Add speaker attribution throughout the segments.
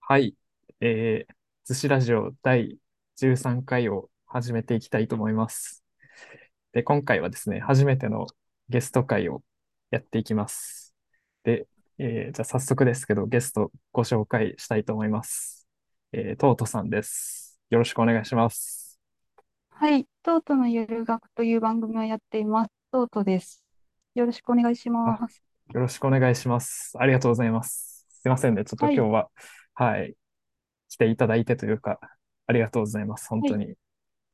Speaker 1: はい。えー、逗子ラジオ第13回を始めていきたいと思います。で、今回はですね、初めてのゲスト会をやっていきます。で、えー、じゃあ早速ですけど、ゲストご紹介したいと思います。えー、トートさんです。よろしくお願いします。
Speaker 2: はい、トートのゆる学という番組をやっています。トートです。よろしくお願いし
Speaker 1: あ、
Speaker 2: ます。
Speaker 1: よろしくお願いします。ありがとうございます。すいませんね、ちょっと
Speaker 2: は
Speaker 1: 今
Speaker 2: い、
Speaker 1: 日は、はい、来ていただいてというか、ありがとうございます。本
Speaker 2: は
Speaker 1: 当
Speaker 2: い、
Speaker 1: に。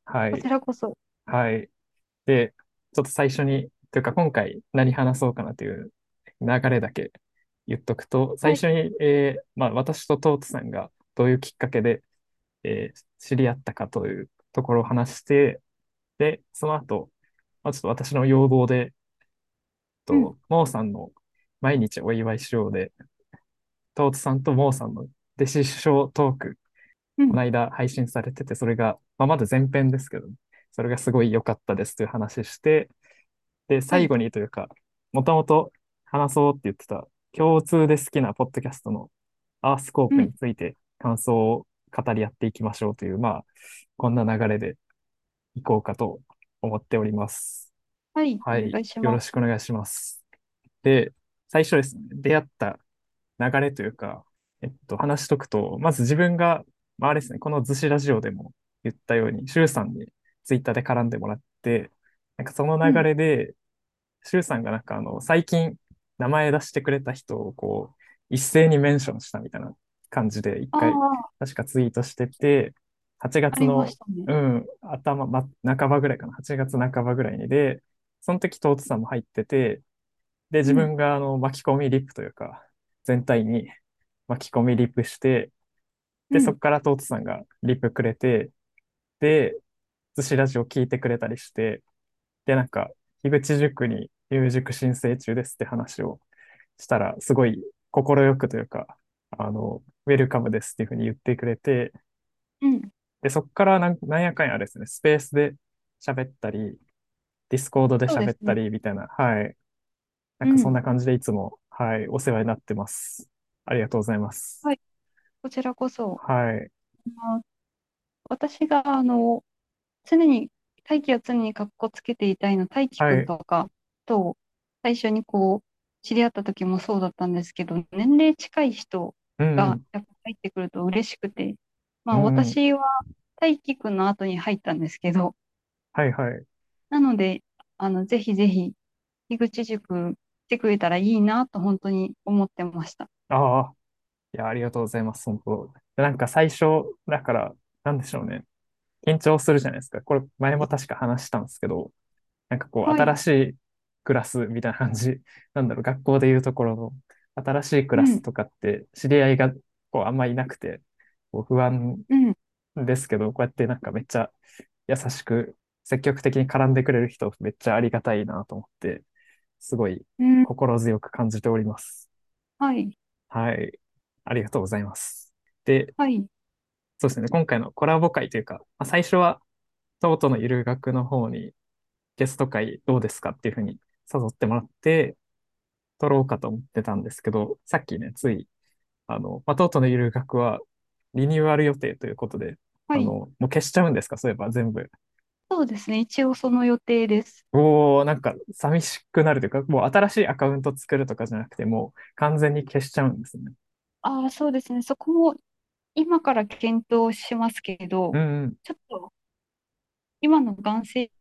Speaker 1: は
Speaker 2: こち
Speaker 1: い。
Speaker 2: らこそ。
Speaker 1: はい。で、ちょっと最初に、というか今回何話そうかなという流れだけ言っとくと、最
Speaker 2: はい、
Speaker 1: 初に、えーまあ、私とトートさんがどういうきっかけで、えー知り合ったかというところを話して、で、その後、まあ、ちょっと私の要望で、
Speaker 2: うん、
Speaker 1: と、モーさんの毎日お祝いしようで、トートさんとモーさんの弟子師匠トーク、
Speaker 2: う
Speaker 1: こ
Speaker 2: ん、
Speaker 1: の間配信されてて、それが、まあ、まだ前編ですけど、それがすごい良かったですという話して、で、
Speaker 2: は
Speaker 1: 最
Speaker 2: い、
Speaker 1: 後にというか、もともと話そうって言ってた共通で好きなポッドキャストのアースコー
Speaker 2: う
Speaker 1: プに
Speaker 2: ん、
Speaker 1: ついて感想を語り合っていきましょうという、まあ、こんな流れでいこうかと思っております。
Speaker 2: はい、
Speaker 1: は
Speaker 2: お
Speaker 1: い。
Speaker 2: 願いし
Speaker 1: よろ
Speaker 2: ま
Speaker 1: し
Speaker 2: す。
Speaker 1: くお願いします。で、最初ですね、出会った流れというか、えっと、話しとくと、まず自分が、まあ、あれですね、この逗子ラジオでも言ったように、シュウさんにツイッターで絡んでもらって、なんかその
Speaker 2: う
Speaker 1: 流
Speaker 2: ん、
Speaker 1: れで、シュウさんがなんかあの、最近名前出してくれた人をこう、一斉にメンションしたみたいな感じで、一
Speaker 2: あ
Speaker 1: 回、
Speaker 2: あ、
Speaker 1: 確かツイートしてて、8
Speaker 2: あ
Speaker 1: 月
Speaker 2: りま
Speaker 1: の、
Speaker 2: したね。
Speaker 1: うん、頭、ま、半ばぐらいかな、8月半ばぐらいにで、その時、トートさんも入ってて、で、
Speaker 2: う
Speaker 1: 自
Speaker 2: ん、
Speaker 1: 分があの巻き込みリップというか、全体に巻き込みリップして、
Speaker 2: う
Speaker 1: で、そ
Speaker 2: ん、
Speaker 1: こからトートさんがリップくれて、で、寿司ラジオ聞いてくれたりして、で、なんか、樋口塾に入塾申請中ですって話をしたら、すごい快くというか、あの、ウェルカムですっていうふうに言ってくれて、
Speaker 2: うん、
Speaker 1: で、そこからなん、なんやかんやあれですね、スペースで喋ったり、ディスコードで
Speaker 2: そうで
Speaker 1: 喋っ
Speaker 2: す
Speaker 1: た
Speaker 2: ね。
Speaker 1: りみたいな、はい。な
Speaker 2: うん
Speaker 1: かそん
Speaker 2: ん、
Speaker 1: な感じでいつも、はい、お世話になってます。ありがとうございます。
Speaker 2: はい、こちらこそ。
Speaker 1: はい。
Speaker 2: あの私が、あの、常に、大輝は常に格好つけていたいの、大輝
Speaker 1: は
Speaker 2: くん
Speaker 1: い。
Speaker 2: とかと、最初にこう、知り合った時もそうだったんですけど、年齢近い人
Speaker 1: うんう
Speaker 2: が
Speaker 1: ん。
Speaker 2: やっぱ入ってくると嬉しくて、
Speaker 1: う
Speaker 2: まあ
Speaker 1: んうん。
Speaker 2: 私は大輝くんの後に入ったんですけど、
Speaker 1: はいはい。
Speaker 2: なので、あの、ぜひぜひ、樋口塾来てくれたらいいなと本当に思ってました。
Speaker 1: ああ、いや、ありがとうございます。本当。でなんか最初、だから、なんでしょうね。緊張するじゃないですか。これ、前も確か話したんですけど、なんかこう、
Speaker 2: はい。
Speaker 1: 新しいクラスみたいな感じ、 なんだろう、学校でいうところの、新しいク
Speaker 2: う
Speaker 1: ラス
Speaker 2: ん、
Speaker 1: とかって、知り合いが、こう、あんまいなくて、こう不安
Speaker 2: うん、
Speaker 1: ですけど、こうやってなんかめっちゃ、優しく積極的に絡んでくれる人めっちゃありがたいなと思ってすごい
Speaker 2: うん、
Speaker 1: 心強く感じております。
Speaker 2: はい、
Speaker 1: はい。ありがとうございます。で、
Speaker 2: はい、
Speaker 1: そうですね。今回のコラボ会というか、まあ、最初はトートのゆる学の方にゲスト会どうですかっていうふうに誘ってもらって撮ろうかと思ってたんですけど、さっきね、つい、あの、まあ、トートのゆる学はリニューアル予定ということで、あ
Speaker 2: は
Speaker 1: の、
Speaker 2: い。
Speaker 1: もう消しちゃうんですかそういえば全部。
Speaker 2: そうですね。一応その予定です。
Speaker 1: おお、なんか寂しくなるというか、もう新しいアカウント作るとかじゃなくて、もう完全に消しちゃうんですね。
Speaker 2: ああ、そうですね。そこも今から検討しますけ
Speaker 1: う
Speaker 2: ど、
Speaker 1: んうん。
Speaker 2: ちょっと今の眼性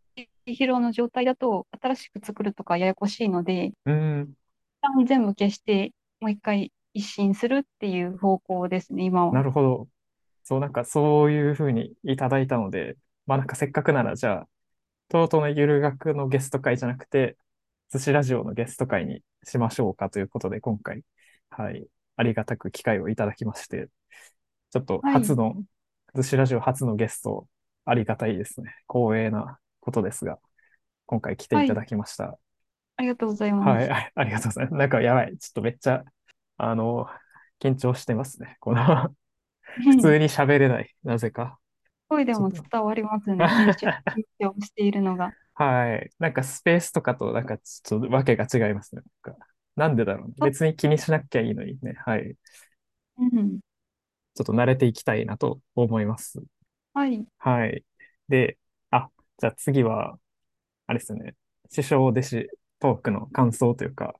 Speaker 2: 疲労の状態だと新しく作るとかややこしいので、
Speaker 1: うん。
Speaker 2: 一旦全部消して、もう一回一新するっていう方向ですね、今
Speaker 1: な
Speaker 2: は。
Speaker 1: るほど。そう、なんかそういうふうにいただいたので、まあなんかせっかくなら、じゃあ、とうとうのゆる学のゲスト会じゃなくて、寿司ラジオのゲスト会にしましょうかということで、今回、はい、ありがたく機会をいただきまして、ちょっと
Speaker 2: は
Speaker 1: 初
Speaker 2: い。
Speaker 1: の、寿司ラジオ初のゲスト、ありがたいですね。光栄なことですが、今回来て
Speaker 2: はい
Speaker 1: た
Speaker 2: い。
Speaker 1: だきました。
Speaker 2: ありがとうございま
Speaker 1: はい、
Speaker 2: す。
Speaker 1: あありがとうございます。なんかやばい。ちょっとめっちゃ、あの、緊張してますね。この
Speaker 2: う
Speaker 1: 普
Speaker 2: ん
Speaker 1: 通に喋れない。なぜか。
Speaker 2: 声で
Speaker 1: ちょっ
Speaker 2: も
Speaker 1: と
Speaker 2: 伝わりますね、緊張、緊張しているのが。
Speaker 1: はい。なんかスペースとかとなんかちょっとわけが違いますね。なんかなんでだろうね。
Speaker 2: そう
Speaker 1: 別に気にしなきゃいいのにね。はい。
Speaker 2: うん。
Speaker 1: ちょっと慣れていきたいなと思います。
Speaker 2: はい。
Speaker 1: はい。で、あ、じゃあ次は、あれですよね。師匠弟子トークの感想というか、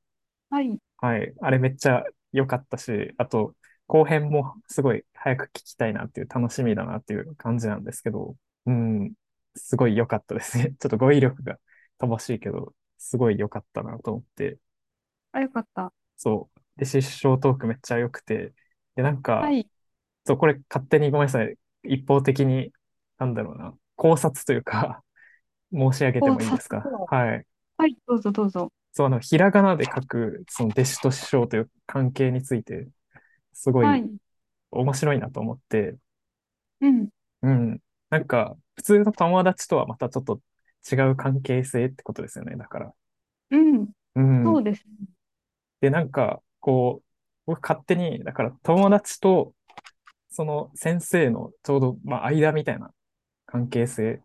Speaker 2: はい。
Speaker 1: はい。あれめっちゃ良かったし、あと、後編もすごい早く聞きたいなっていう楽しみだなっていう感じなんですけど、うん、すごい良かったですね。 ちょっと語彙力が乏しいけど、すごい良かったなと思って、
Speaker 2: あ、よかった。
Speaker 1: そう。で、師匠トークめっちゃ良くて、で、なん
Speaker 2: は
Speaker 1: か、
Speaker 2: い。
Speaker 1: そう、これ勝手にごめんなさい。一方的に、なんだろうな、考察というか、申し上げて
Speaker 2: 考
Speaker 1: もいいで
Speaker 2: 察
Speaker 1: すか
Speaker 2: を。
Speaker 1: はい。
Speaker 2: はい、どうぞどうぞ。
Speaker 1: そう、あの、ひらがなで書く、その弟子と師匠という関係について、すご
Speaker 2: はいい。
Speaker 1: 面白いなと思って、
Speaker 2: うん。
Speaker 1: うん。なんか、普通の友達とはまたちょっと違う関係性ってことですよね。だから。
Speaker 2: うん。
Speaker 1: う
Speaker 2: そ
Speaker 1: ん。
Speaker 2: うですね。
Speaker 1: で、なんか、こう、僕勝手に、だから友達とその先生のちょうど、まあ、間みたいな関係性
Speaker 2: う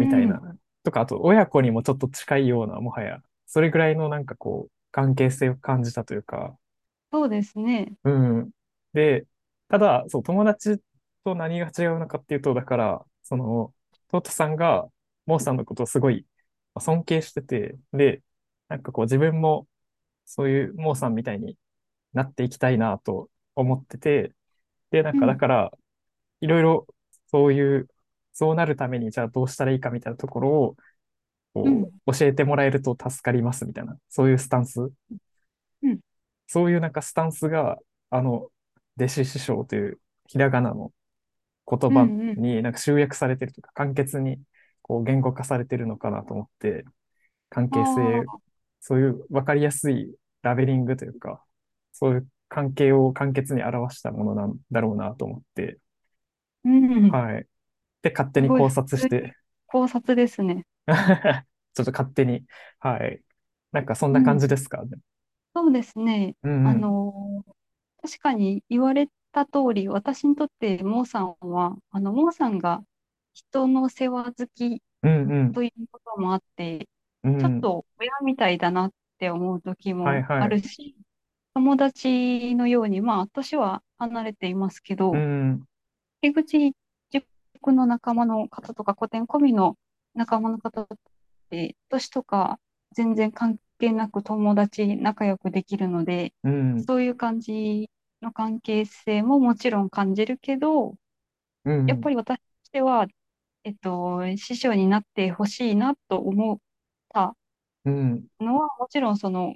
Speaker 1: みたい
Speaker 2: ん。
Speaker 1: な、とか、あと親子にもちょっと近いような、もはや、それぐらいのなんかこう、関係性を感じたというか、
Speaker 2: そうですね。
Speaker 1: うん。で、ただ、そう、友達と何が違うのかっていうと、だから、その、トトさんが、モーさんのことをすごいまあ尊敬してて、で、なんかこう自分も、そういうモーさんみたいになっていきたいなと思ってて、で、なん
Speaker 2: う
Speaker 1: かだ
Speaker 2: ん。
Speaker 1: から、いろいろそういう、そうなるためにじゃあどうしたらいいかみたいなところを、
Speaker 2: う
Speaker 1: こ
Speaker 2: ん。
Speaker 1: う、教えてもらえると助かりますみたいな、そういうスタンス。
Speaker 2: うん。
Speaker 1: そういうなんかスタンスが、あの、弟子師匠というひらがなの言
Speaker 2: う
Speaker 1: 葉
Speaker 2: ん。うん。
Speaker 1: になんか集約されてるというか、簡潔にこう言語化されてるのかなと思って、関係
Speaker 2: あ
Speaker 1: 性、
Speaker 2: あ。
Speaker 1: そういう分かりやすいラベリングというか、そういう関係を簡潔に表したものなんだろうなと思って、
Speaker 2: うん。
Speaker 1: はい。で、勝手
Speaker 2: す
Speaker 1: に
Speaker 2: ごい、
Speaker 1: 考
Speaker 2: 普
Speaker 1: 察し
Speaker 2: 通に
Speaker 1: て、
Speaker 2: 考察ですね。
Speaker 1: ちょっと勝手に、はい。なんかそん
Speaker 2: う
Speaker 1: な感
Speaker 2: ん。
Speaker 1: じですかね。
Speaker 2: そうですね。
Speaker 1: うん
Speaker 2: あ
Speaker 1: うん。
Speaker 2: のー確かに言われた通り、私にとってモーさんは、あの、モーさんが人の世話好き
Speaker 1: うんうん。
Speaker 2: ということもあって、
Speaker 1: う
Speaker 2: ちょっ
Speaker 1: ん。
Speaker 2: と親みたいだなって思う時
Speaker 1: はい
Speaker 2: もあ
Speaker 1: は
Speaker 2: る
Speaker 1: い。
Speaker 2: し、友達のように、まあ、年は離れていますけ
Speaker 1: う
Speaker 2: ど、
Speaker 1: ん。
Speaker 2: 江口塾の仲間の方とか、古典込みの仲間の方って、年とか全然関係なく友達仲良くできるので、
Speaker 1: うん。
Speaker 2: そういう感じの関係性ももちろん感じるけど、
Speaker 1: う
Speaker 2: やっ
Speaker 1: ん。
Speaker 2: ぱり私としては、えっと、師匠になってほしいなと思った
Speaker 1: うん。
Speaker 2: のは、もちろんその、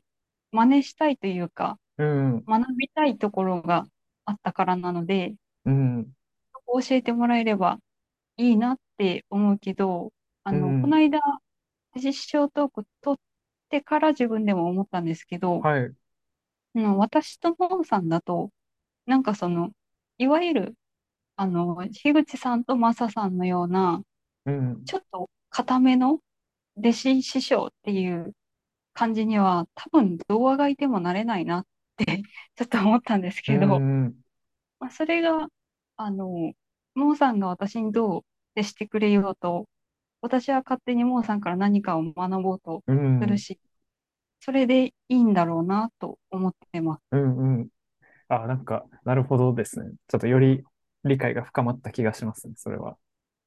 Speaker 2: 真似したいというか、
Speaker 1: うん。
Speaker 2: 学びたいところがあったからなので、
Speaker 1: うん。
Speaker 2: 教えてもらえればいいなって思うけど、あ
Speaker 1: う
Speaker 2: の、こ
Speaker 1: ん。
Speaker 2: の間、実証トーク取ってから自分でも思ったんですけど、
Speaker 1: はい。
Speaker 2: あの私とモンさんだと、なんかその、いわゆる、あの、樋口さんとマサさんのような、
Speaker 1: うん。
Speaker 2: ちょっと固めの弟子師匠っていう感じには、多分、童話がいてもなれないなって ちょっと思ったんです
Speaker 1: う
Speaker 2: けど、
Speaker 1: ん。うん
Speaker 2: まあ、それが、あの、モーさんが私にどう接してくれようと、私は勝手にモーさんから何かを学ぼうと
Speaker 1: う
Speaker 2: する
Speaker 1: ん。
Speaker 2: し、それでいいんだろうなと思ってます。
Speaker 1: うんうん。あ、なんか、なるほどですね。ちょっとより理解が深まった気がしますね、それは。
Speaker 2: う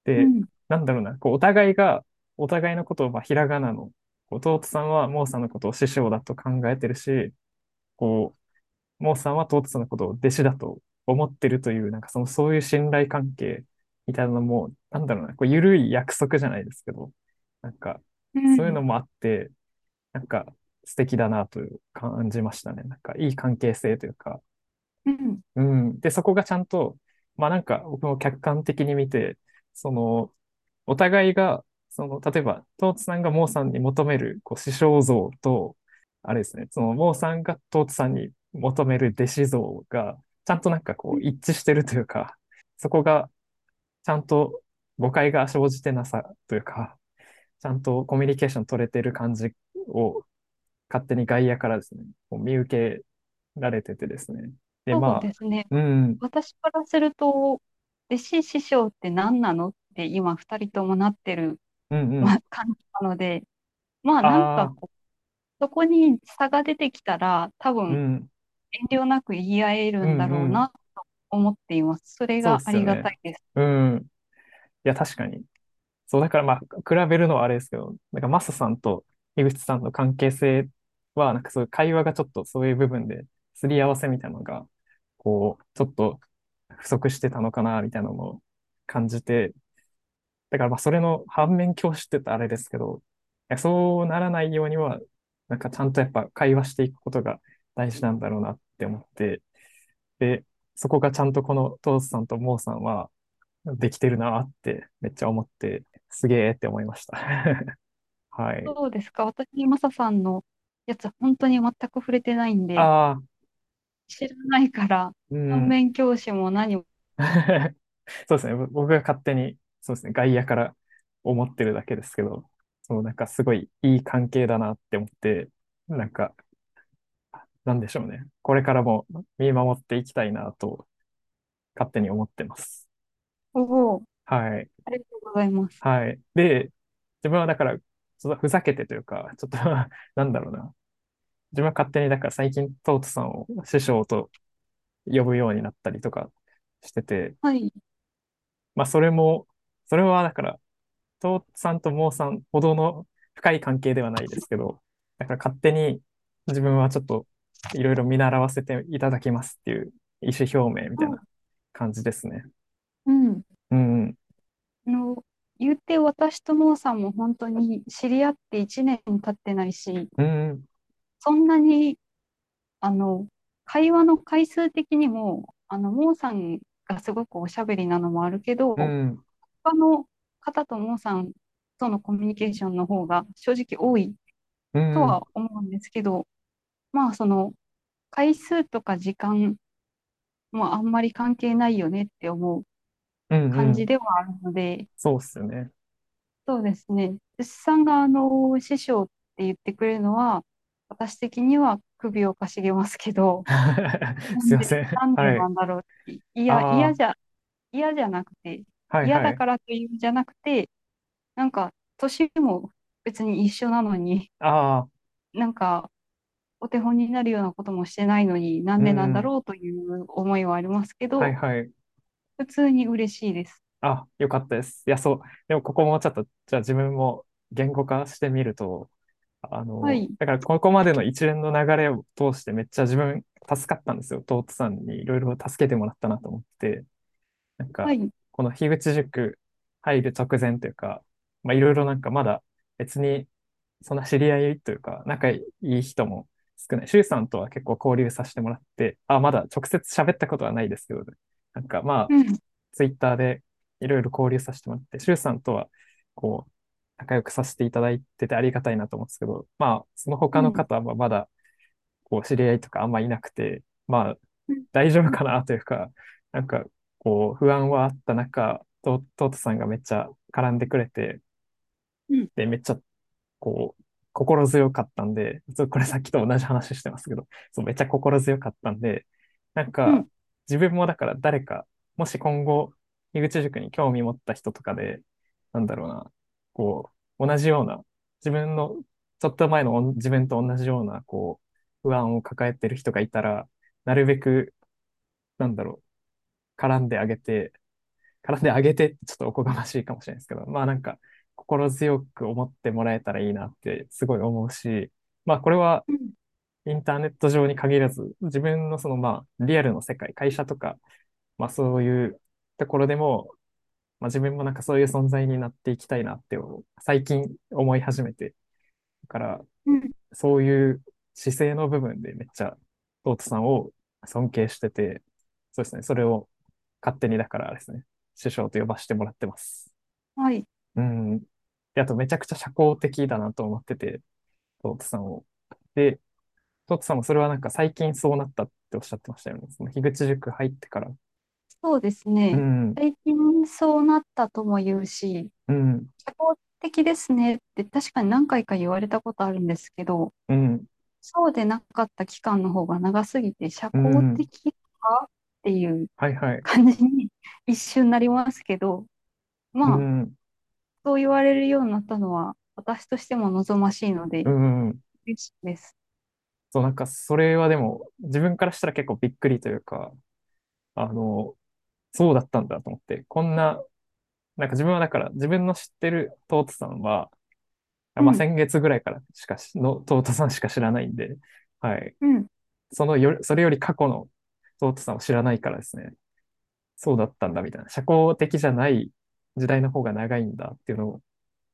Speaker 1: で、
Speaker 2: ん、
Speaker 1: なんだろうな、こう、お互いが、お互いのことを、まあ、ひらがなの、こう弟さんは、モーさんのことを師匠だと考えてるし、こう、モーさんは弟さんのことを弟子だと思ってるという、なんか、その、そういう信頼関係みたいなのも、なんだろうな、こう、ゆるい約束じゃないですけど、なんか、
Speaker 2: う、
Speaker 1: そういうんのもあって、なんか、素敵だなという感じましたね。なんか、いい関係性というか、
Speaker 2: うん、
Speaker 1: うん。で、そこがちゃんと、まあなんか僕も客観的に見て、その、お互いが、その、例えば、トーツさんがモーさんに求める、こう、師匠像と、あれですね、その、モーさんがトーツさんに求める弟子像が、ちゃんとなんかこう、一致してるというか、そこが、ちゃんと誤解が生じてなさというか、ちゃんとコミュニケーション取れてる感じを、勝手に外野からですね、こう見受けられててですね。で、
Speaker 2: そう
Speaker 1: まあ、
Speaker 2: ですね。
Speaker 1: うん、
Speaker 2: 私からすると、弟子師匠って何なのって今二人ともなってる、
Speaker 1: うんう
Speaker 2: ま
Speaker 1: ん。
Speaker 2: あ、感じなので、まあなんか
Speaker 1: ああ、
Speaker 2: こう、そこに差が出てきたら、多
Speaker 1: う
Speaker 2: 分
Speaker 1: ん、
Speaker 2: 遠慮なく言い合え
Speaker 1: う
Speaker 2: るんだろうん
Speaker 1: うん。
Speaker 2: な思っています。それ
Speaker 1: そう
Speaker 2: が
Speaker 1: です
Speaker 2: あ
Speaker 1: よ
Speaker 2: りが
Speaker 1: ね。
Speaker 2: たいです。
Speaker 1: うん。いや、確かに。そう、だからまあ、比べるのはあれですけど、なんかマサさんと樋口さんの関係性は、なんかそういう会話がちょっとそういう部分ですり合わせみたいなのが、こう、ちょっと不足してたのかな、みたいなのを感じて、だからまあ、それの反面教師って言ったらあれですけど、いやそうならないようには、なんかちゃんとやっぱ会話していくことが大事なんだろうなって思って、で、そこがちゃんとこのトースさんとモーさんはできてるなってめっちゃ思って、すげえって思いました。 はい。
Speaker 2: そうですか。私、マサさんのやつ、本当に全く触れてないんで、
Speaker 1: ああ、
Speaker 2: 知らないから、
Speaker 1: う
Speaker 2: 反
Speaker 1: ん。
Speaker 2: 面教師も何も、
Speaker 1: そうですね。ぼ僕が勝手に、そうですね。外野から思ってるだけですけど、そう、なんかすごいいい関係だなって思って、なんか、なんでしょうね。これからも見守っていきたいなと勝手に思ってます。
Speaker 2: おお、
Speaker 1: はい。
Speaker 2: ありがとうございます。
Speaker 1: はい。で、自分はだから、ちょっとふざけてというか、ちょっと なんだろうな。自分は勝手に、だから最近、トートさんを師匠と呼ぶようになったりとかしてて、
Speaker 2: はい。
Speaker 1: まあ、それも、それはだから、トートさんとモーさんほどの深い関係ではないですけど、だから勝手に自分はちょっといろいろ見習わせていただきますっていう意思表明みたいな感じですね。
Speaker 2: うん。
Speaker 1: うん。
Speaker 2: あの、言うて私とモーさんも本当に知り合って1年経ってないし、
Speaker 1: うん。
Speaker 2: そんなに、あの、会話の回数的にも、あの、モーさんがすごくおしゃべりなのもあるけど、
Speaker 1: うん。
Speaker 2: 他の方とモーさんとのコミュニケーションの方が正直多いうと
Speaker 1: ん。
Speaker 2: は思うんですけど、まあ、その、回数とか時間もあんまり関係ないよねって思う
Speaker 1: うんう
Speaker 2: 感じ
Speaker 1: ん。
Speaker 2: ではあるので、
Speaker 1: そうっすよね。
Speaker 2: そうですね。牛さんがあの師匠って言ってくれるのは、私的には首をかしげますけど、
Speaker 1: すい
Speaker 2: なん
Speaker 1: ま
Speaker 2: で、
Speaker 1: せん。
Speaker 2: なんで
Speaker 1: は。
Speaker 2: ないんだろうって、いや、嫌
Speaker 1: あ
Speaker 2: じゃ、嫌じゃなくて、
Speaker 1: あ、はい
Speaker 2: 嫌
Speaker 1: は
Speaker 2: だ
Speaker 1: い。
Speaker 2: からというんじゃなくて、なんか、年も別に一緒なのに、
Speaker 1: ああ、
Speaker 2: なんか、お手本になるようなこともしてないのに、な
Speaker 1: うん
Speaker 2: でなん
Speaker 1: んう
Speaker 2: だ
Speaker 1: ん。
Speaker 2: ろうという思いはありますけ
Speaker 1: はい
Speaker 2: ど、
Speaker 1: はい。
Speaker 2: 普通に嬉しいです。
Speaker 1: あ、よかったです。いや、そう。でも、ここもちょっと、じゃあ自分も言語化してみると、あ
Speaker 2: は
Speaker 1: の、
Speaker 2: い。
Speaker 1: だから、ここまでの一連の流れを通して、めっちゃ自分、助かったんですよ。トートさんにいろいろ助けてもらったなと思って、なん
Speaker 2: は
Speaker 1: か、
Speaker 2: い。
Speaker 1: この樋口塾入る直前というか、まあ、いろいろなんかまだ別に、そんな知り合いというか、仲いい人も少ない。周さんとは結構交流させてもらって、あ、まだ直接喋ったことはないですけどね。なんかまあ、
Speaker 2: うん。
Speaker 1: ツイッターでいろいろ交流させてもらって、周さんとはこう、仲良くさせていただいててありがたいなと思うんですけど、まあ、その
Speaker 2: う
Speaker 1: 他の
Speaker 2: ん。
Speaker 1: 方はまだこう知り合いとかあんまいなくて、まあ、
Speaker 2: うん
Speaker 1: 大丈夫かなというか、なんかこう、不安はあった中、トトートさんがめっちゃ絡んでくれて、
Speaker 2: うん。
Speaker 1: で、めっちゃこう、心強かったんで、そうこれさっきと同じ話してますけど、そう、めっちゃ心強かったんで、なん
Speaker 2: う
Speaker 1: か、
Speaker 2: ん。
Speaker 1: 自分もだから誰か、もし今後、井口塾に興味持った人とかで、なんだろうな、こう、同じような、自分の、ちょっと前のおん自分と同じような、こう、不安を抱えてる人がいたら、なるべく、なんだろう、絡んであげて、絡んであげて、ちょっとおこがましいかもしれないですけど、まあなんか、心強く思ってもらえたらいいなってすごい思うし、まあこれは
Speaker 2: うん
Speaker 1: インターネット上に限らず、自分のそのまあリアルの世界、会社とか、まあそういうところでも、まあ自分もなんかそういう存在になっていきたいなって最近思い始めて、だから
Speaker 2: うん
Speaker 1: そういう姿勢の部分でめっちゃ、トートさんを尊敬してて、そうですね、それを勝手にだからですね、師匠と呼ばせてもらってます。
Speaker 2: はい。
Speaker 1: うん。で、あとめちゃくちゃ社交的だなと思ってて、トートさんを。で、トートさんもそれはなんか最近そうなったっておっしゃってましたよね。その樋口塾入ってから。
Speaker 2: そうです
Speaker 1: う
Speaker 2: ね。
Speaker 1: ん、
Speaker 2: 最近そうなったとも言うし、
Speaker 1: うん、
Speaker 2: 社交的ですねって確かに何回か言われたことあるんですけど、
Speaker 1: うん、
Speaker 2: そうでなかった期間の方が長すぎて社
Speaker 1: う
Speaker 2: 交
Speaker 1: ん。
Speaker 2: 的かっていう
Speaker 1: はいはい。
Speaker 2: 感じに一瞬なりますけど、
Speaker 1: う
Speaker 2: まあ、
Speaker 1: ん、
Speaker 2: そう言われるようになったのは私としても望ましいの
Speaker 1: う
Speaker 2: で
Speaker 1: ん。
Speaker 2: 嬉しいです。
Speaker 1: そう、なんかそれはでも自分からしたら結構びっくりというか、あの、そうだったんだと思って、こんな、なんか自分はだから、自分の知ってるトートさんは、
Speaker 2: う
Speaker 1: まあ、
Speaker 2: ん、
Speaker 1: 先月ぐらいからしかし、のトートさんしか知らないんで、はい。
Speaker 2: うん。
Speaker 1: そのよ、それより過去のトートさんを知らないからですね、そうだったんだみたいな、社交的じゃない時代の方が長いんだっていうの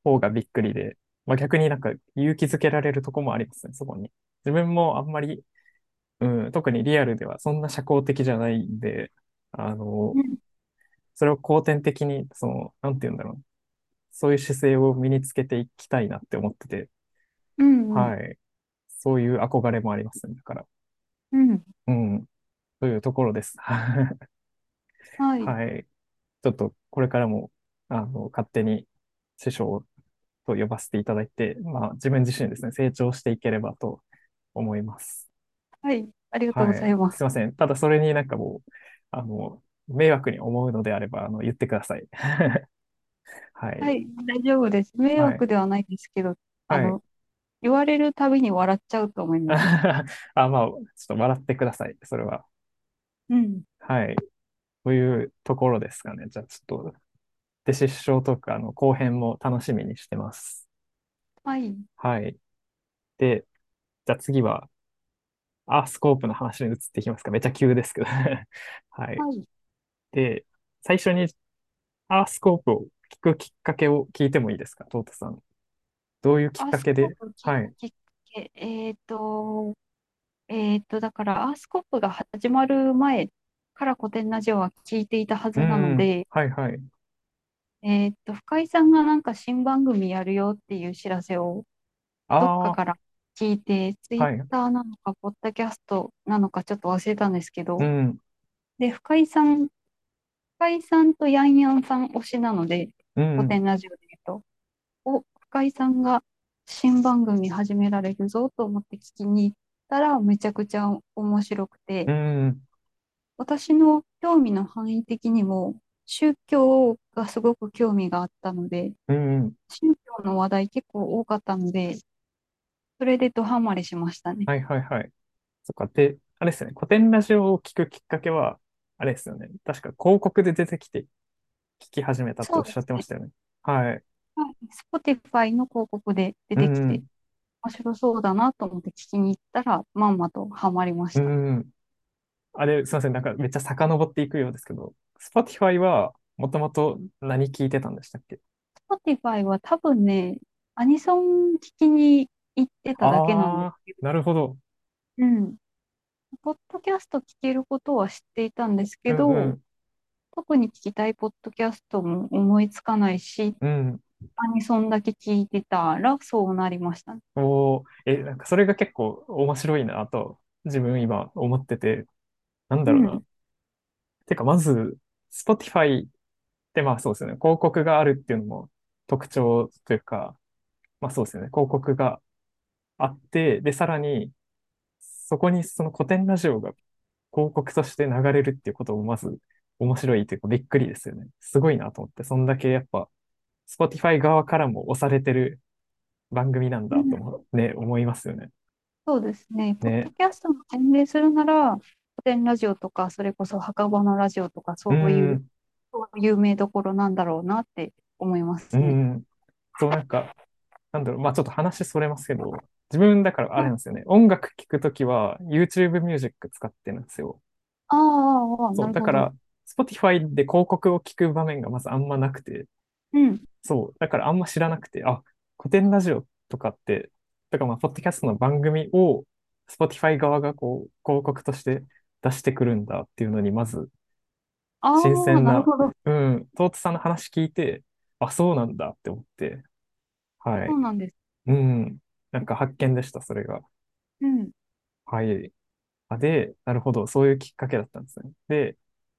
Speaker 1: 方がびっくりで、まあ、逆になんか勇気づけられるとこもありますね、そこに。自分もあんまり、うん、特にリアルではそんな社交的じゃないんで、あの、
Speaker 2: うん
Speaker 1: それを後天的に、その、なんて言うんだろう。そういう姿勢を身につけていきたいなって思ってて、
Speaker 2: うんうん
Speaker 1: はい。そういう憧れもありますね。だから、
Speaker 2: うん
Speaker 1: うん。というところです。は
Speaker 2: はい。
Speaker 1: い。ちょっと、これからも、あの、勝手に師匠と呼ばせていただいて、まあ、自分自身ですね、成長していければと思います。
Speaker 2: はい。ありがとう
Speaker 1: は
Speaker 2: ござ
Speaker 1: い。
Speaker 2: います
Speaker 1: い
Speaker 2: す。
Speaker 1: ません。ただ、それになんかもう、あの、迷惑に思うのであれば、あの、言ってください。 は。
Speaker 2: はいい。大丈夫です。迷
Speaker 1: はい。
Speaker 2: 惑ではないですけど、あ
Speaker 1: はい。
Speaker 2: の、言われるたびに笑っちゃうと思います。
Speaker 1: あ、 まあ、ちょっと笑ってください。それは。
Speaker 2: うん。
Speaker 1: はい。というところですかね。じゃあ、ちょっと、弟子師匠とかの後編も楽しみにしてます。
Speaker 2: はい。
Speaker 1: はい。で、じゃあ次は、アースコープの話に移っていきますか。めちゃ急ですけど。 はい。
Speaker 2: はい。
Speaker 1: で、最初にアースコープを聞くきっかけを聞いてもいいですか、トートさん。どういうきっ
Speaker 2: アー
Speaker 1: か
Speaker 2: ス
Speaker 1: け
Speaker 2: コー
Speaker 1: で
Speaker 2: プを聞
Speaker 1: は
Speaker 2: く
Speaker 1: い。
Speaker 2: きっかけ、えっと、えっと、だから、アースコープが始まる前から古典ラジオは聞いていたは
Speaker 1: う
Speaker 2: ずなの
Speaker 1: ん。
Speaker 2: で、
Speaker 1: はいはい。
Speaker 2: えっと、深井さんがなんか新番組やるよっていう知らせをどっか
Speaker 1: ああ、
Speaker 2: から聞いて、ツイッ
Speaker 1: はい。
Speaker 2: ターなのか、ポッドキャストなのか、ちょっと忘れたんですけ
Speaker 1: う
Speaker 2: ど、
Speaker 1: ん。
Speaker 2: で、深井さん、深井さんとヤンヤンさん推しなので、
Speaker 1: う
Speaker 2: 古
Speaker 1: ん。
Speaker 2: 典ラジオで言うと、お、深井さんが新番組始められるぞと思って聞きに行ったら、めちゃくちゃ面白く
Speaker 1: う
Speaker 2: て、
Speaker 1: ん。
Speaker 2: 私の興味の範囲的にも、宗教がすごく興味があったので、
Speaker 1: うん。
Speaker 2: 宗教の話題結構多かったので、それでドハマりしましたね。
Speaker 1: はいはいはい。そっか。で、あれですよね。古典ラジオを聞くきっかけは、あれですよね。確か広告で出てきて聞き始めたって
Speaker 2: そ
Speaker 1: おっ
Speaker 2: うで
Speaker 1: しゃっ
Speaker 2: す
Speaker 1: てま
Speaker 2: ね。
Speaker 1: したよね。はい。
Speaker 2: はい、Spotify の広告で出
Speaker 1: う
Speaker 2: てきて、
Speaker 1: ん
Speaker 2: 面白そうだなと思って聞きに行ったら、まんまとハマりま
Speaker 1: う
Speaker 2: した。
Speaker 1: ん。うん。あれ、すいません。なんかめっちゃ遡っていくようですけど、Spotify はもともと何聞いてたんでしたっけ
Speaker 2: Spotify は多分ね、アニソン聞きに行ってただけなんです
Speaker 1: ああ
Speaker 2: けど、
Speaker 1: ー、なるほど。
Speaker 2: うん。ポッドキャスト聞けることは知っていたんです
Speaker 1: う
Speaker 2: け
Speaker 1: んう
Speaker 2: ど、
Speaker 1: ん。
Speaker 2: 特に聞きたいポッドキャストも思いつかないし、
Speaker 1: うん。
Speaker 2: アニソンだけ聞いてたらそうなりましたね。
Speaker 1: おー、え、なんかそれが結構面白いなと、自分今思ってて、なん
Speaker 2: う
Speaker 1: だろうな。
Speaker 2: ん。
Speaker 1: てか、まず、Spotify で、まあそうですよね。広告があるっていうのも特徴というか、まあそうですよね。広告があって、で、さらに、そこにその古典ラジオが広告として流れるっていうこともまず面白いというかびっくりですよね。すごいなと思って、そんだけやっぱ Spotify 側からも押されてる番組なん
Speaker 2: う
Speaker 1: だと
Speaker 2: ん
Speaker 1: もね、思いますよね。
Speaker 2: そうですね。ポッド
Speaker 1: ね。
Speaker 2: キャストも宣伝するなら、古典ラジオとか、それこそ墓場のラジオとか、
Speaker 1: う
Speaker 2: そういう、
Speaker 1: ん、
Speaker 2: そういう有名どころなんだろうなって思いま
Speaker 1: う
Speaker 2: すね。
Speaker 1: ん。そうなんか、なんだろう、まあちょっと話それますけど、自分だからあれなん
Speaker 2: はい。
Speaker 1: ですよね。音楽聴くときは YouTube ミュージック使ってるんですよ。
Speaker 2: ああ、ああ、
Speaker 1: そ
Speaker 2: な
Speaker 1: う、
Speaker 2: る
Speaker 1: だ
Speaker 2: ほ
Speaker 1: か
Speaker 2: ど。
Speaker 1: ら Spotify で広告を聞く場面がまずあんまなくて、
Speaker 2: うん。
Speaker 1: そう、だからあんま知らなくて、あ、古典ラジオとかって、とかまあ、ポッドキャストの番組を Spotify 側がこう、広告として出してくるんだっていうのに、まず
Speaker 2: あ
Speaker 1: 新
Speaker 2: あ、
Speaker 1: 鮮
Speaker 2: なる
Speaker 1: な、
Speaker 2: ほど。
Speaker 1: うん、トートさんの話聞いて、あ、そうなんだって思って、は
Speaker 2: そ
Speaker 1: い、
Speaker 2: うなんです。
Speaker 1: うん、なんか発見でした、それが。
Speaker 2: うん。
Speaker 1: はい。あ、で、なるほど、そういうきっかけだったんですね。で、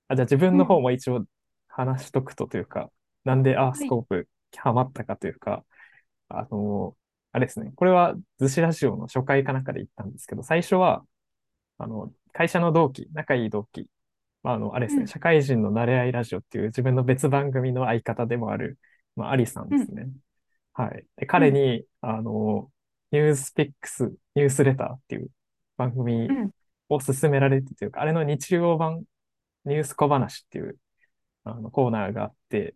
Speaker 1: あ、じゃあ自分
Speaker 2: う
Speaker 1: の
Speaker 2: ん。
Speaker 1: 方も一応話しとくとというか、なんでアース
Speaker 2: はい。
Speaker 1: コープハマったかというか、あの、あれですね。これは、逗子ラジオの初回かなんかで言ったんですけど、最初は、あの、会社の同期、仲いい同期、まあ、あの、あれです
Speaker 2: う
Speaker 1: ね、
Speaker 2: ん。
Speaker 1: 社会人の慣れ合いラジオっていう自分の別番組の相方でもある、まあ、アリさん
Speaker 2: う
Speaker 1: で
Speaker 2: ん。
Speaker 1: すね。はい。で、
Speaker 2: う
Speaker 1: 彼
Speaker 2: ん。
Speaker 1: に、あの、ニュースピックス、ニュースレターっていう番
Speaker 2: う
Speaker 1: 組
Speaker 2: ん。
Speaker 1: を勧められてというか、あれの日曜版ニュース小話っていうあのコーナーがあって、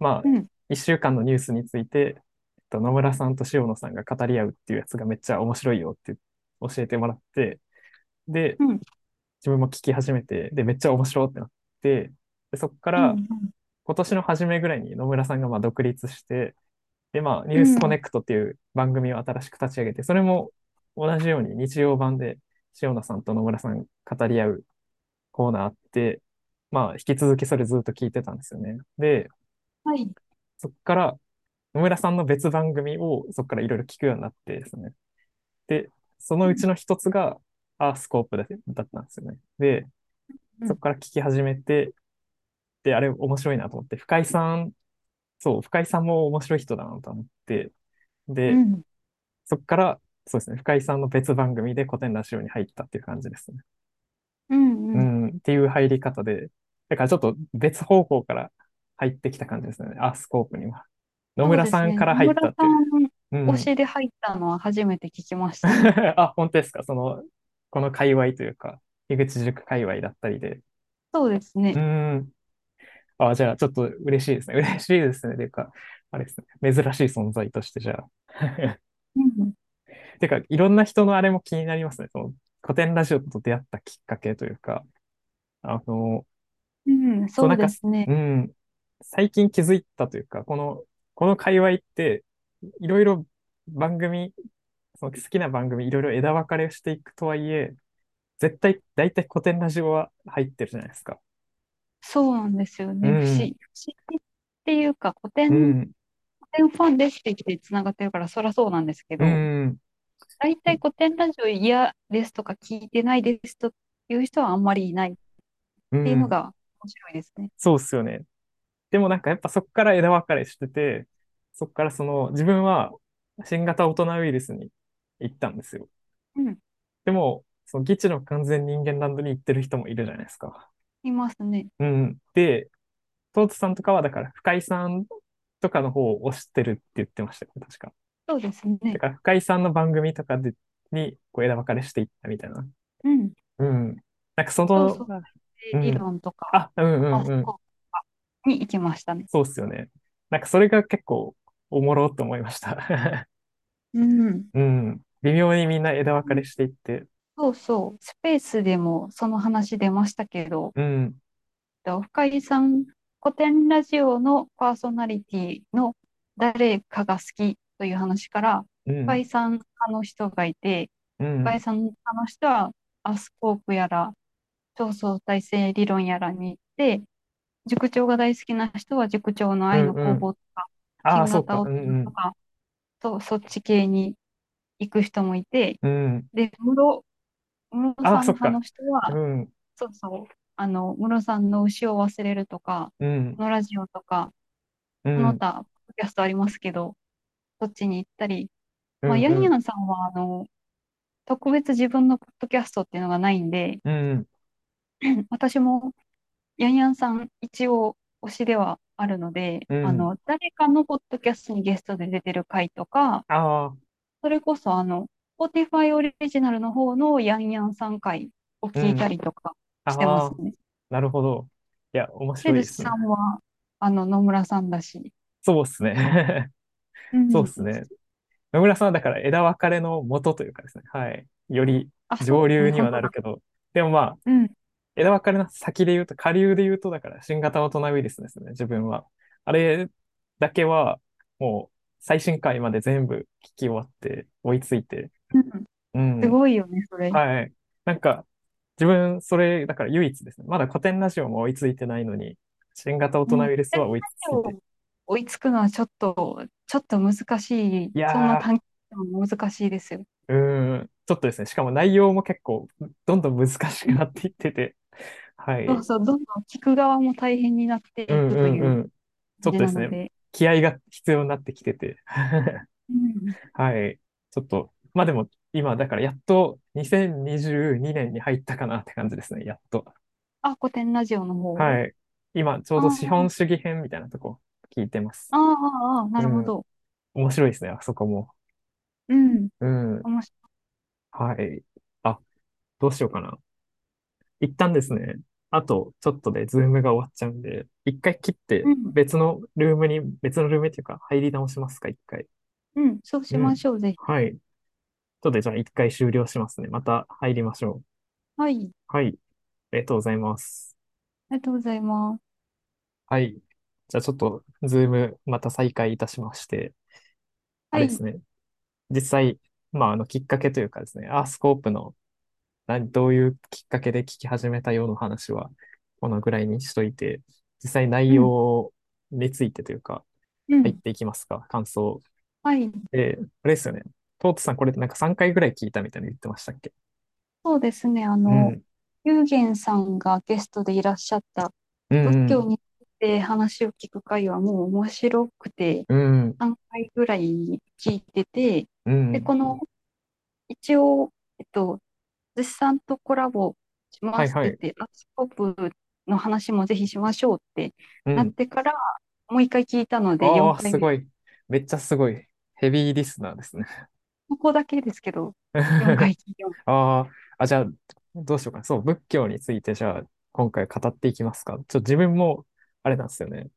Speaker 1: まあ、
Speaker 2: うん。
Speaker 1: 一週間のニュースについて、えっと、野村さんと塩野さんが語り合うっていうやつがめっちゃ面白いよって教えてもらって、で、
Speaker 2: うん。
Speaker 1: 自分も聞き始めて、で、めっちゃ面白いってなって、で、そこか
Speaker 2: う
Speaker 1: ら
Speaker 2: ん。
Speaker 1: 今年の初めぐらいに野村さんがまあ独立して、で、まあ、ニ
Speaker 2: う
Speaker 1: ュース
Speaker 2: ん。
Speaker 1: コ
Speaker 2: う
Speaker 1: ネ
Speaker 2: ん。
Speaker 1: クトっていう番組を新しく立ち上げて、それも同じように日曜版で塩野さんと野村さん語り合うコーナーあって、まあ、引き続きそれずっと聞いてたんですよね。で、
Speaker 2: はい。
Speaker 1: そこから野村さんの別番組をそこからいろいろ聞くようになってですね。で、そのうちの一つがアースコープだ、だったんですよね。で、そ
Speaker 2: うん。
Speaker 1: こから聞き始めて、で、あれ面白いなと思って、深井さん、そう、深井さんも面白い人だなと思って、
Speaker 2: う
Speaker 1: で、
Speaker 2: ん。
Speaker 1: そこから、そうですね、深井さんの別番組で古典ラジオに入ったっていう感じですね。
Speaker 2: う。
Speaker 1: うん
Speaker 2: うん
Speaker 1: ん、っていう入り方で、だからちょっと別方向から入ってきた感じですね、アースコープには。野
Speaker 2: そう
Speaker 1: 村
Speaker 2: で
Speaker 1: さ
Speaker 2: す
Speaker 1: ん
Speaker 2: ね。
Speaker 1: から
Speaker 2: 野
Speaker 1: 入っ
Speaker 2: 村
Speaker 1: たっ
Speaker 2: さ
Speaker 1: ていう。
Speaker 2: ん
Speaker 1: う
Speaker 2: 推
Speaker 1: ん。
Speaker 2: しで入ったのは初めて聞きましたね。
Speaker 1: あ、本当ですか、その、この界隈というか、樋口塾界隈だったりで。
Speaker 2: そうです
Speaker 1: う
Speaker 2: ね。
Speaker 1: ん。あ、じゃあ、ちょっと嬉しいですね。嬉しいですね。というか、あれですね。珍しい存在として、じゃあ。
Speaker 2: うん。
Speaker 1: てか、いろんな人のあれも気になりますね。その古典ラジオと出会ったきっかけというか、あの、
Speaker 2: うん。
Speaker 1: そう、
Speaker 2: そ
Speaker 1: な
Speaker 2: うん
Speaker 1: か、
Speaker 2: ですね。
Speaker 1: うん、最近気づいたというか、この、この界隈って、いろいろ番組、その好きな番組、いろいろ枝分かれしていくとはいえ、絶対、大体古典ラジオは入ってるじゃないですか。
Speaker 2: そうなんですよ
Speaker 1: う
Speaker 2: ね。不思
Speaker 1: ん、
Speaker 2: 議、不思議っていうか、古典、
Speaker 1: う
Speaker 2: 古
Speaker 1: ん、
Speaker 2: 典ファンですって言ってつながってるから、そらそうなんですけ
Speaker 1: う
Speaker 2: ど、
Speaker 1: ん。
Speaker 2: 大体古典ラジオ嫌ですとか聞いてないですという人はあんまりいないっ
Speaker 1: う
Speaker 2: ていうの
Speaker 1: ん、
Speaker 2: が面白いですね。
Speaker 1: そうっすよね。でもなんかやっぱそこから枝分かれしてて、そこからその自分は新型オトナウイルスに行ったんですよ。
Speaker 2: うん。
Speaker 1: でも、そのギチの完全人間ランドに行ってる人もいるじゃないですか。
Speaker 2: いますね。
Speaker 1: うん。で、トーツさんとかはだから深井さんとかの方を推してるって言ってましたよね、確か。
Speaker 2: そうです
Speaker 1: だ
Speaker 2: ね。
Speaker 1: から深井さんの番組とかで、にこう枝分かれしていったみたいな。
Speaker 2: うん。
Speaker 1: うん。なんかそ
Speaker 2: そう
Speaker 1: の、
Speaker 2: そう。
Speaker 1: う
Speaker 2: 理
Speaker 1: ん。
Speaker 2: 論とか、
Speaker 1: あ、うんう
Speaker 2: あ
Speaker 1: ん
Speaker 2: そ
Speaker 1: うん。
Speaker 2: こに行きましたね。
Speaker 1: そうっすよね。なんかそれが結構おもろと思いました。
Speaker 2: うん。
Speaker 1: うん。微妙にみんな枝分かれしていって。
Speaker 2: そうそう。スペースでもその話出ましたけど、
Speaker 1: うん。
Speaker 2: えっと深井さん、古典ラジオのパーソナリティの誰かが好きという話から、
Speaker 1: う
Speaker 2: 深
Speaker 1: ん。
Speaker 2: 井さん派の人がいて、
Speaker 1: う
Speaker 2: 深井
Speaker 1: ん。
Speaker 2: さん派の人はアスコープやら、超相対性理論やらに行って、塾長が大好きな人は塾長の
Speaker 1: う
Speaker 2: 愛
Speaker 1: ん
Speaker 2: の
Speaker 1: う
Speaker 2: 攻
Speaker 1: ん。
Speaker 2: 防とか、
Speaker 1: ああ、
Speaker 2: 新
Speaker 1: そう
Speaker 2: 型
Speaker 1: か。
Speaker 2: オ
Speaker 1: う
Speaker 2: タ
Speaker 1: ん
Speaker 2: とか、そうそっち系に行く人もいて、
Speaker 1: うん。うん。
Speaker 2: で、室、室
Speaker 1: あ
Speaker 2: さ
Speaker 1: あ、
Speaker 2: ん
Speaker 1: そっ
Speaker 2: 派
Speaker 1: か。
Speaker 2: の人は、
Speaker 1: うん。
Speaker 2: そうそう、あの、室さんの牛を忘れるとか、
Speaker 1: うん。
Speaker 2: のラジオとか、
Speaker 1: う
Speaker 2: その
Speaker 1: ん。
Speaker 2: 他、ポッドキャストありますけど、そっちに行ったり、
Speaker 1: う
Speaker 2: まあ、
Speaker 1: ん。
Speaker 2: ヤ
Speaker 1: う
Speaker 2: ンヤ
Speaker 1: ん。
Speaker 2: ンさんは、あの、特別自分のポッドキャストっていうのがないんで、
Speaker 1: うん。
Speaker 2: 私もヤンヤンさん一応推しではあるので、
Speaker 1: う
Speaker 2: あ
Speaker 1: ん。
Speaker 2: の、誰かのポッドキャストにゲストで出てる回とか、
Speaker 1: ああ、
Speaker 2: それこそ、あの、Spotify オリジナルの方のヤンヤンさん回を
Speaker 1: う
Speaker 2: 聞いた
Speaker 1: ん。
Speaker 2: りとかしてま
Speaker 1: あ
Speaker 2: す
Speaker 1: あ、
Speaker 2: ね。
Speaker 1: なるほど。いや、面
Speaker 2: で、
Speaker 1: 白い
Speaker 2: ル
Speaker 1: で
Speaker 2: シ
Speaker 1: す
Speaker 2: さ
Speaker 1: ね。
Speaker 2: んは、あの、野村さんだし、
Speaker 1: そうっすね。
Speaker 2: う
Speaker 1: そうっ
Speaker 2: ん。
Speaker 1: すね。野村さんはだから枝分かれの元というかですね。はい。より
Speaker 2: あ、そ
Speaker 1: 上
Speaker 2: うです
Speaker 1: 流
Speaker 2: ね、
Speaker 1: に
Speaker 2: 本
Speaker 1: は
Speaker 2: 当
Speaker 1: なる
Speaker 2: だ。
Speaker 1: け ど、でもまあ、
Speaker 2: うん。
Speaker 1: 枝分かれの先で言うと、下流で言うと、だから新型オトナウイルスですね、自分は。あれだけは、もう最新回まで全部聞き終わって、追いついて。
Speaker 2: うん
Speaker 1: う
Speaker 2: す
Speaker 1: ん。
Speaker 2: ごいよね、それ。
Speaker 1: はい。なんか、自分、それ、だから唯一ですね。まだ古典ラジオも追いついてないのに、新型オト
Speaker 2: う
Speaker 1: ナ
Speaker 2: ん。
Speaker 1: ウイルス
Speaker 2: ラ
Speaker 1: は追いつ
Speaker 2: ジ
Speaker 1: いて。
Speaker 2: オ追いつくのはちょっと、ちょっと難しい。
Speaker 1: い
Speaker 2: そんな
Speaker 1: や
Speaker 2: 短期間も難しいですよ。
Speaker 1: ー、うーん。ちょっとですね、しかも内容も結構、どんどん難しくなっていってて、は
Speaker 2: そう
Speaker 1: い。
Speaker 2: そう、どんどん聞く側も大変になって
Speaker 1: う
Speaker 2: い
Speaker 1: ん
Speaker 2: くと
Speaker 1: う
Speaker 2: い
Speaker 1: ん
Speaker 2: う
Speaker 1: うん。ちょっと
Speaker 2: 感じ
Speaker 1: で
Speaker 2: な
Speaker 1: す
Speaker 2: の
Speaker 1: ね、
Speaker 2: で。
Speaker 1: 気合が必要になってきてて。
Speaker 2: うん。
Speaker 1: はい。ちょっと、まあでも、今、だからやっと2022年に入ったかなって感じですね、やっと。
Speaker 2: あ、古典ラジオの方。
Speaker 1: はい。今、ちょう
Speaker 2: あ
Speaker 1: ど資本
Speaker 2: ー
Speaker 1: 主義編みたいなとこ聞いてます。
Speaker 2: あー、あーあー、な
Speaker 1: う
Speaker 2: るほ
Speaker 1: ん。
Speaker 2: ど。
Speaker 1: 面白いですね、あそこも。
Speaker 2: うん。
Speaker 1: うん。
Speaker 2: 面白い。
Speaker 1: はい。あ、どうしようかな。一旦ですね。あと、ちょっとで、ズームが終わっちゃうんで、一回切っ
Speaker 2: う
Speaker 1: て、
Speaker 2: ん、
Speaker 1: 別のルームに、別のルームっていうか、入り直しますか、一回。
Speaker 2: うん、そうし
Speaker 1: う
Speaker 2: ま
Speaker 1: ん。
Speaker 2: しょう、ぜひ。
Speaker 1: はい。ちょっとじゃあ、一回終了しますね。また入りましょ
Speaker 2: はい、
Speaker 1: う。はい。ありがとうございます。
Speaker 2: ありがとうございます。
Speaker 1: はい。じゃあ、ちょっと、ズーム、また再開いたしまして、あ
Speaker 2: は
Speaker 1: れで
Speaker 2: い、
Speaker 1: すね。実際、まあ、あの、きっかけというかですね、アースコープの、何、どういうきっかけで聞き始めたような話は、このぐらいにしといて、実際内
Speaker 2: うん、
Speaker 1: 容についてというか、
Speaker 2: う
Speaker 1: 入っ
Speaker 2: ん、
Speaker 1: ていきますか、感想。
Speaker 2: はい、
Speaker 1: えーあれですよね。トートさん、これなんか3回ぐらい聞いたみたいに言ってましたっけ
Speaker 2: そうですね、あ
Speaker 1: う
Speaker 2: の、
Speaker 1: ん。
Speaker 2: ゆうげんさんがゲストでいらっしゃった
Speaker 1: う
Speaker 2: 仏教
Speaker 1: ん
Speaker 2: について話を聞く会はもう面白くて、
Speaker 1: うん。うん。
Speaker 2: 3回ぐらい聞いてて、
Speaker 1: う
Speaker 2: で、
Speaker 1: ん。
Speaker 2: この、一応、えっと、寿司さんとコラボしま
Speaker 1: はい
Speaker 2: すっ
Speaker 1: は
Speaker 2: て
Speaker 1: い。
Speaker 2: 言って、アスコープの話もぜひしましょうって
Speaker 1: う
Speaker 2: なっ
Speaker 1: ん。
Speaker 2: てから、もう一回聞いたので、4
Speaker 1: ああ、
Speaker 2: 回
Speaker 1: す
Speaker 2: 目。
Speaker 1: ごい。めっちゃすごい。ヘビーリスナーですね。
Speaker 2: ここだけです けど、4
Speaker 1: あ
Speaker 2: 回聞いてます。
Speaker 1: あ、あ、じゃあ、どうしようかな。そう、仏教について、じゃあ、今回語っていきますか。ちょっと自分も、あれなんですよね。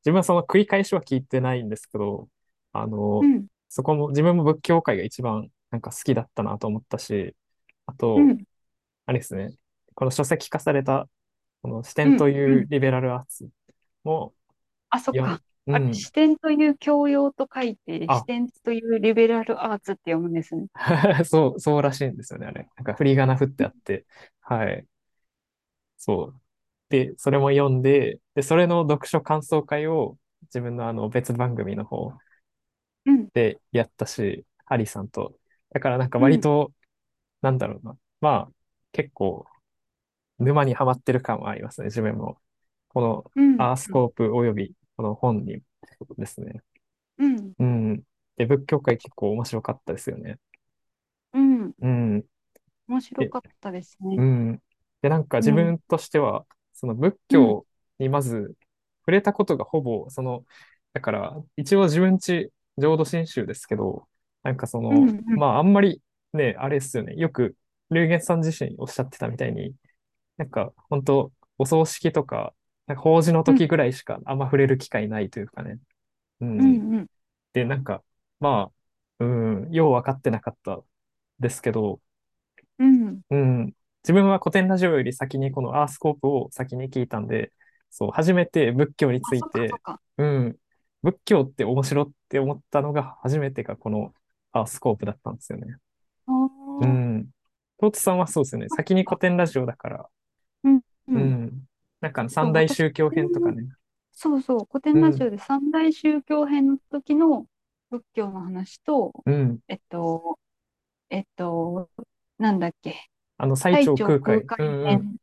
Speaker 1: 自分はその繰り返しは聞いてないんですけど、あ
Speaker 2: う
Speaker 1: の、
Speaker 2: ん、
Speaker 1: そこも、自分も仏教界が一番、なんか好きだったなと思ったし、あ
Speaker 2: う
Speaker 1: と、
Speaker 2: ん、
Speaker 1: あれですね。この書籍化された、この視
Speaker 2: う
Speaker 1: 点
Speaker 2: ん、
Speaker 1: と
Speaker 2: う。
Speaker 1: いうんリベラルアーツも、
Speaker 2: あ、そっ
Speaker 1: よ、
Speaker 2: か。
Speaker 1: う
Speaker 2: あれ、
Speaker 1: ん。
Speaker 2: 視点という教養と書いて、視
Speaker 1: あ、
Speaker 2: 点というリベラルアーツって読むんですね。
Speaker 1: そう、そうらしいんですよね、あれ。なんか振り仮名振ってあって。はい。そう。で、それも読んで、で、それの読書感想会を自分のあの別番組の方
Speaker 2: うん、
Speaker 1: でやったし、ハリーさんと。だからなんか
Speaker 2: う
Speaker 1: 割
Speaker 2: ん、
Speaker 1: と、なんだろうな。まあ、結構沼にはまってる感はありますね、自分も。この
Speaker 2: うん、
Speaker 1: アースコープおよびこの本にですね。
Speaker 2: うん、
Speaker 1: うん。で、仏教界結構面白かったですよね。
Speaker 2: うん。
Speaker 1: うん。
Speaker 2: 面白
Speaker 1: で
Speaker 2: かったです
Speaker 1: う
Speaker 2: ね。
Speaker 1: ん。で、なんか
Speaker 2: う
Speaker 1: 自
Speaker 2: ん、
Speaker 1: 分としては、その仏
Speaker 2: うん、
Speaker 1: 教にまず触れたことがほぼ、その、だから、一応自分ち、浄土真宗ですけど、なんかそ
Speaker 2: うん、
Speaker 1: の、
Speaker 2: うん。
Speaker 1: まああんまりね、あれですよね、よく、龍玄さん自身おっしゃってたみたいに、なんか本当お葬式とか、なんか法事の
Speaker 2: うん
Speaker 1: 時ぐらいしかあんま触れる機会ないというかね。う。
Speaker 2: うんんうん
Speaker 1: で、なんか、まあ、うん、よう分かってなかったですけど、
Speaker 2: うん
Speaker 1: うん。自分は古典ラジオより先にこのアースコープを先に聞いたんで、そう、初めて仏教に
Speaker 2: あ、
Speaker 1: つい、
Speaker 2: そっかそってか。
Speaker 1: うん、仏教って面白って思ったのが初めてがこのアースコープだったんですよね。
Speaker 2: あ
Speaker 1: う
Speaker 2: ー
Speaker 1: ん。トーツさんはそうですよね。
Speaker 2: そっ
Speaker 1: 先に古
Speaker 2: か。
Speaker 1: 典ラジオだから、
Speaker 2: うん、う。
Speaker 1: うんん。なんか
Speaker 2: そ
Speaker 1: 三
Speaker 2: う、
Speaker 1: 大
Speaker 2: 私、
Speaker 1: 宗教
Speaker 2: 古
Speaker 1: 編と
Speaker 2: 典
Speaker 1: か
Speaker 2: の、
Speaker 1: ね。
Speaker 2: そうそう、古
Speaker 1: う
Speaker 2: 典ラジ
Speaker 1: ん、
Speaker 2: オで三大宗教編の時の仏教の話と、
Speaker 1: うん。
Speaker 2: えっと、えっと、なんだっけ、
Speaker 1: あの、最
Speaker 2: 最
Speaker 1: 澄
Speaker 2: 澄
Speaker 1: 空
Speaker 2: 空
Speaker 1: 海。うん、
Speaker 2: 海
Speaker 1: うん。
Speaker 2: 編、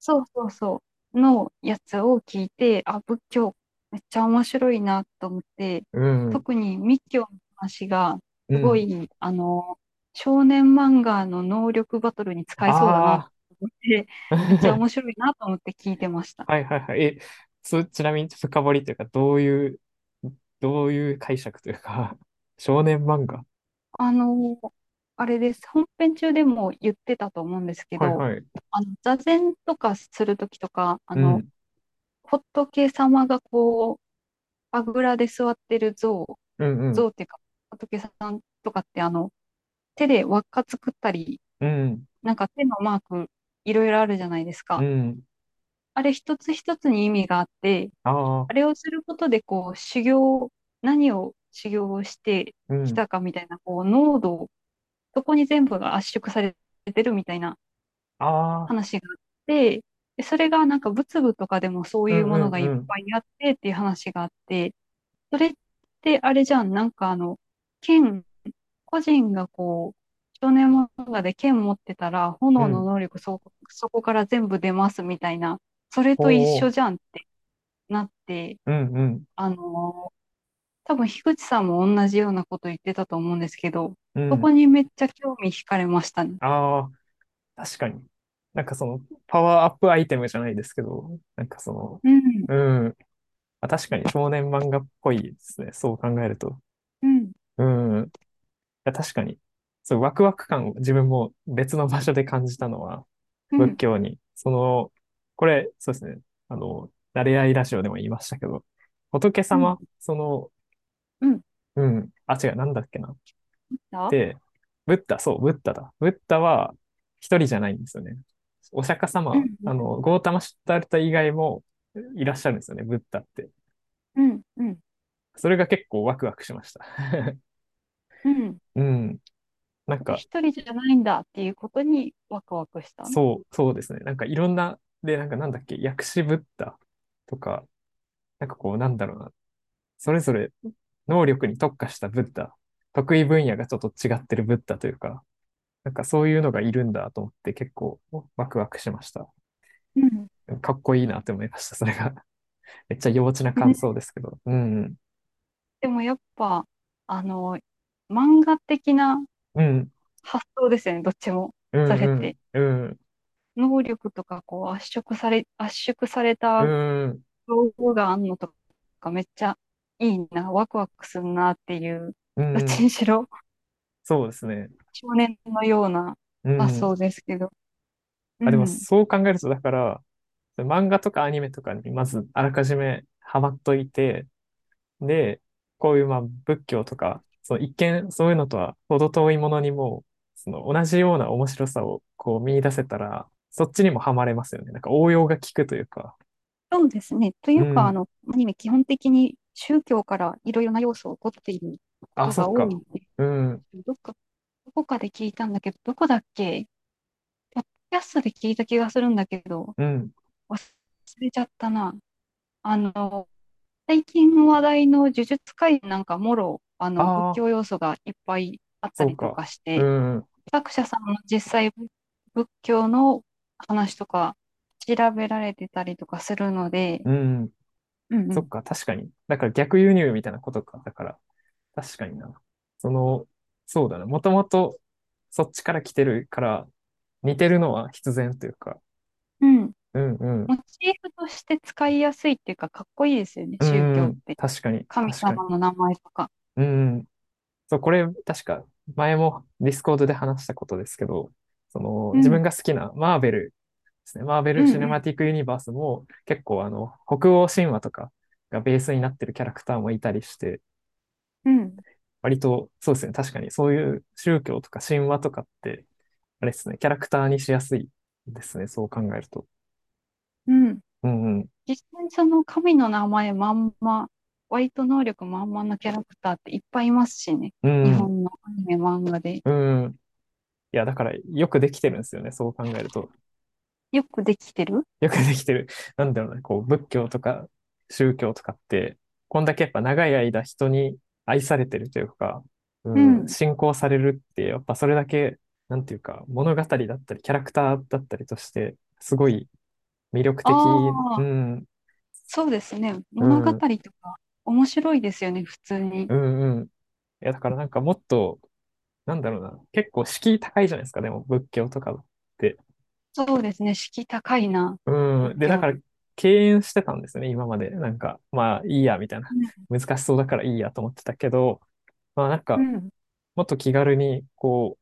Speaker 2: そうそうそう、のやつを聞いて、あ、仏教めっちゃ面白いなと思って、
Speaker 1: うん、
Speaker 2: 特に密教の話が、
Speaker 1: う
Speaker 2: すご
Speaker 1: ん。
Speaker 2: い、あの、少年漫画の能力バトルに使えそうだなと
Speaker 1: あ
Speaker 2: 思って、めっちゃ
Speaker 1: あ。
Speaker 2: 面白いなと思って聞いてました。
Speaker 1: はいはいはい。え、そ、ちなみに深掘りというか、どういう、どういう解釈というか、 少年漫画。
Speaker 2: あの、あれです。本編中でも言ってたと思うんですけ
Speaker 1: はい
Speaker 2: ど、
Speaker 1: はい。
Speaker 2: あの、座禅とかするときとか、あ
Speaker 1: う
Speaker 2: の、
Speaker 1: ん、
Speaker 2: 仏様がこう、あぐらで座ってる像、
Speaker 1: うんうん、
Speaker 2: 像っていうか、仏さんとかって、あの、手で輪っか作ったり、
Speaker 1: うん、
Speaker 2: なんか手のマーク、いろいろあるじゃないです
Speaker 1: う
Speaker 2: か。
Speaker 1: ん。
Speaker 2: あれ一つ一つに意味があって、
Speaker 1: ああ、
Speaker 2: あれをすることで、こう、修行、何を修行をして
Speaker 1: う
Speaker 2: き
Speaker 1: ん。
Speaker 2: たかみたいな、こう、濃度を、そこに全部が圧縮されてるみたいな
Speaker 1: ああ、
Speaker 2: 話があって、でそれがなんか仏具とかでもそう
Speaker 1: う
Speaker 2: いうんものが
Speaker 1: う
Speaker 2: いっ
Speaker 1: んうん。
Speaker 2: ぱいあってっていう話があって、それってあれじゃん、なんかあの、剣、個人がこう、少年漫画で剣持ってたら、
Speaker 1: う
Speaker 2: 炎の
Speaker 1: ん。
Speaker 2: 能力そこ、そこから全部出ますみたいな、それと一
Speaker 1: ほ
Speaker 2: 緒
Speaker 1: う、
Speaker 2: じゃんってなって、
Speaker 1: うんうん、
Speaker 2: あのー多分樋口さんも同じようなこと言ってたと思うんですけど、
Speaker 1: う
Speaker 2: そこ
Speaker 1: ん。
Speaker 2: にめっちゃ興味惹かれましたね。
Speaker 1: ああ、確かに。なんかその、パワーアップアイテムじゃないですけど、なんかその、
Speaker 2: うん、
Speaker 1: うん。あ、確かに少年漫画っぽいですね。そう考えると。
Speaker 2: うん、
Speaker 1: うん。いや、確かに。そう、ワクワク感を自分も別の場所で感じたのは、
Speaker 2: う
Speaker 1: 仏
Speaker 2: ん、
Speaker 1: 教に。その、これ、そうですね。あの、誰愛ラジオでも言いましたけど、仏様、その、
Speaker 2: うん。
Speaker 1: うん、あ、違う、なんだっけな。
Speaker 2: だ
Speaker 1: で、ブッダ、そう、ブッダだ。ブッダは一人じゃないんですよね。お釈迦様
Speaker 2: うんうん、
Speaker 1: あの、ゴータマ・シュタルタ以外もいらっしゃるんですよね、ブッダって。
Speaker 2: うん、うん、
Speaker 1: それが結構ワクワクしました。
Speaker 2: うん。
Speaker 1: うん。なんか、
Speaker 2: 一人じゃないんだっていうことにワクワクした。
Speaker 1: そう、そうですね。なんかいろんな、で、なんかなんだっけ、薬師ブッダとか、なんかこう、なんだろうな。それぞれ能力に特化したブッダ、得意分野がちょっと違ってるブッダというか、なんかそういうのがいるんだと思って結構ワクワクしました。
Speaker 2: うん、
Speaker 1: かっこいいなって思いました、それが。 めっちゃ幼稚な感想ですけど。うんうん。
Speaker 2: でもやっぱ、あの、漫画的な
Speaker 1: うん。
Speaker 2: 発想ですよね、どっちも。
Speaker 1: うん
Speaker 2: それって。
Speaker 1: うん。
Speaker 2: 能力とか、こう、圧縮され、圧縮され
Speaker 1: う
Speaker 2: た
Speaker 1: ん。うん。
Speaker 2: 道具があんのとか、めっちゃいいな、ワクワクするなっていう、
Speaker 1: うん
Speaker 2: どっちにしろ
Speaker 1: そうですね。
Speaker 2: 少年のような
Speaker 1: うん。
Speaker 2: 発想ですけど。
Speaker 1: あ、でも
Speaker 2: うん
Speaker 1: そう考えると、だから、漫画とかアニメとかにまずあらかじめハマっといて、で、こういうまあ仏教とか、その一見そういうのとは程遠いものにも、その同じような面白さをこう見出せたら、そっちにもハマれますよね。なんか応用が効くというか。
Speaker 2: そうですね。というか、
Speaker 1: うん
Speaker 2: あの、アニメ基本的に宗教からいろいろな要素を取っているこ
Speaker 1: あ、
Speaker 2: と
Speaker 1: そ
Speaker 2: が
Speaker 1: っ
Speaker 2: 多
Speaker 1: か
Speaker 2: い。んで、
Speaker 1: うん。
Speaker 2: どっか、どこかで聞いたんだけど、どこだっけポッドキャストで聞いた気がするんだけど、
Speaker 1: うん。
Speaker 2: 忘れちゃったな。あの、最近話題の呪術廻戦なんかもろ、あの、
Speaker 1: あー
Speaker 2: 仏教要素がいっぱいあったりとかして、
Speaker 1: うん。
Speaker 2: 作者さんの実際仏教の話とか調べられてたりとかするので、
Speaker 1: うん。
Speaker 2: うんうん
Speaker 1: そっか、確かに。だから逆輸入みたいなことか。だから、確かにな。その、そうだな。もともとそっちから来てるから、似てるのは必然というか。
Speaker 2: うん、
Speaker 1: うんうん。
Speaker 2: モチーフとして使いやすいっていうか、かっこいいですよね、
Speaker 1: うん
Speaker 2: 宗
Speaker 1: う
Speaker 2: 教っ
Speaker 1: ん
Speaker 2: て。
Speaker 1: 確かに。
Speaker 2: 神
Speaker 1: 確かに。
Speaker 2: 様の名前とか。
Speaker 1: うんうん。そう、これ、確か、前もディスコードで話したことですけど、その、
Speaker 2: うん
Speaker 1: 自分が好きなマーベルですね。マーベ
Speaker 2: う
Speaker 1: ル・
Speaker 2: んうん
Speaker 1: シネマティック・ユニバースも、結構、あの、北欧神話とかがベースになってるキャラクターもいたりして、
Speaker 2: うん、
Speaker 1: 割と、そうですね。確かに、そういう宗教とか神話とかって、あれですね。キャラクターにしやすいですね。そう考えると。
Speaker 2: うん。
Speaker 1: うんうん。
Speaker 2: 実際その神の名前まんま、割と能力まんまのキャラクターっていっぱいいますしね、
Speaker 1: う
Speaker 2: 日
Speaker 1: ん
Speaker 2: 本のアニメ、漫画で。
Speaker 1: うん。うん。いや、だから、よくできてるんですよね。そう考えると。
Speaker 2: よくできてる
Speaker 1: よくできてる。 なんだろうな。こう、仏教とか宗教とかって、こんだけやっぱ長い間人に愛されてるというか、うん
Speaker 2: うん
Speaker 1: 信仰されるって、やっぱそれだけ、なんていうか、物語だったり、キャラクターだったりとして、すごい魅力的。
Speaker 2: あー
Speaker 1: うん。
Speaker 2: そうですね、物語とか面白いですよね、普通に
Speaker 1: う。んうん。いや、だからなんかもっと、なんだろうな、結構敷居高いじゃないですか、でも仏教とか。
Speaker 2: そうですね、敷居高いな。
Speaker 1: うん。で、だから敬遠してたんですね、今まで。なんか、まあいいや、みたいな。難しそうだからいいやと思ってたけど、まあなんか
Speaker 2: う、ん、
Speaker 1: もっと気軽に、こ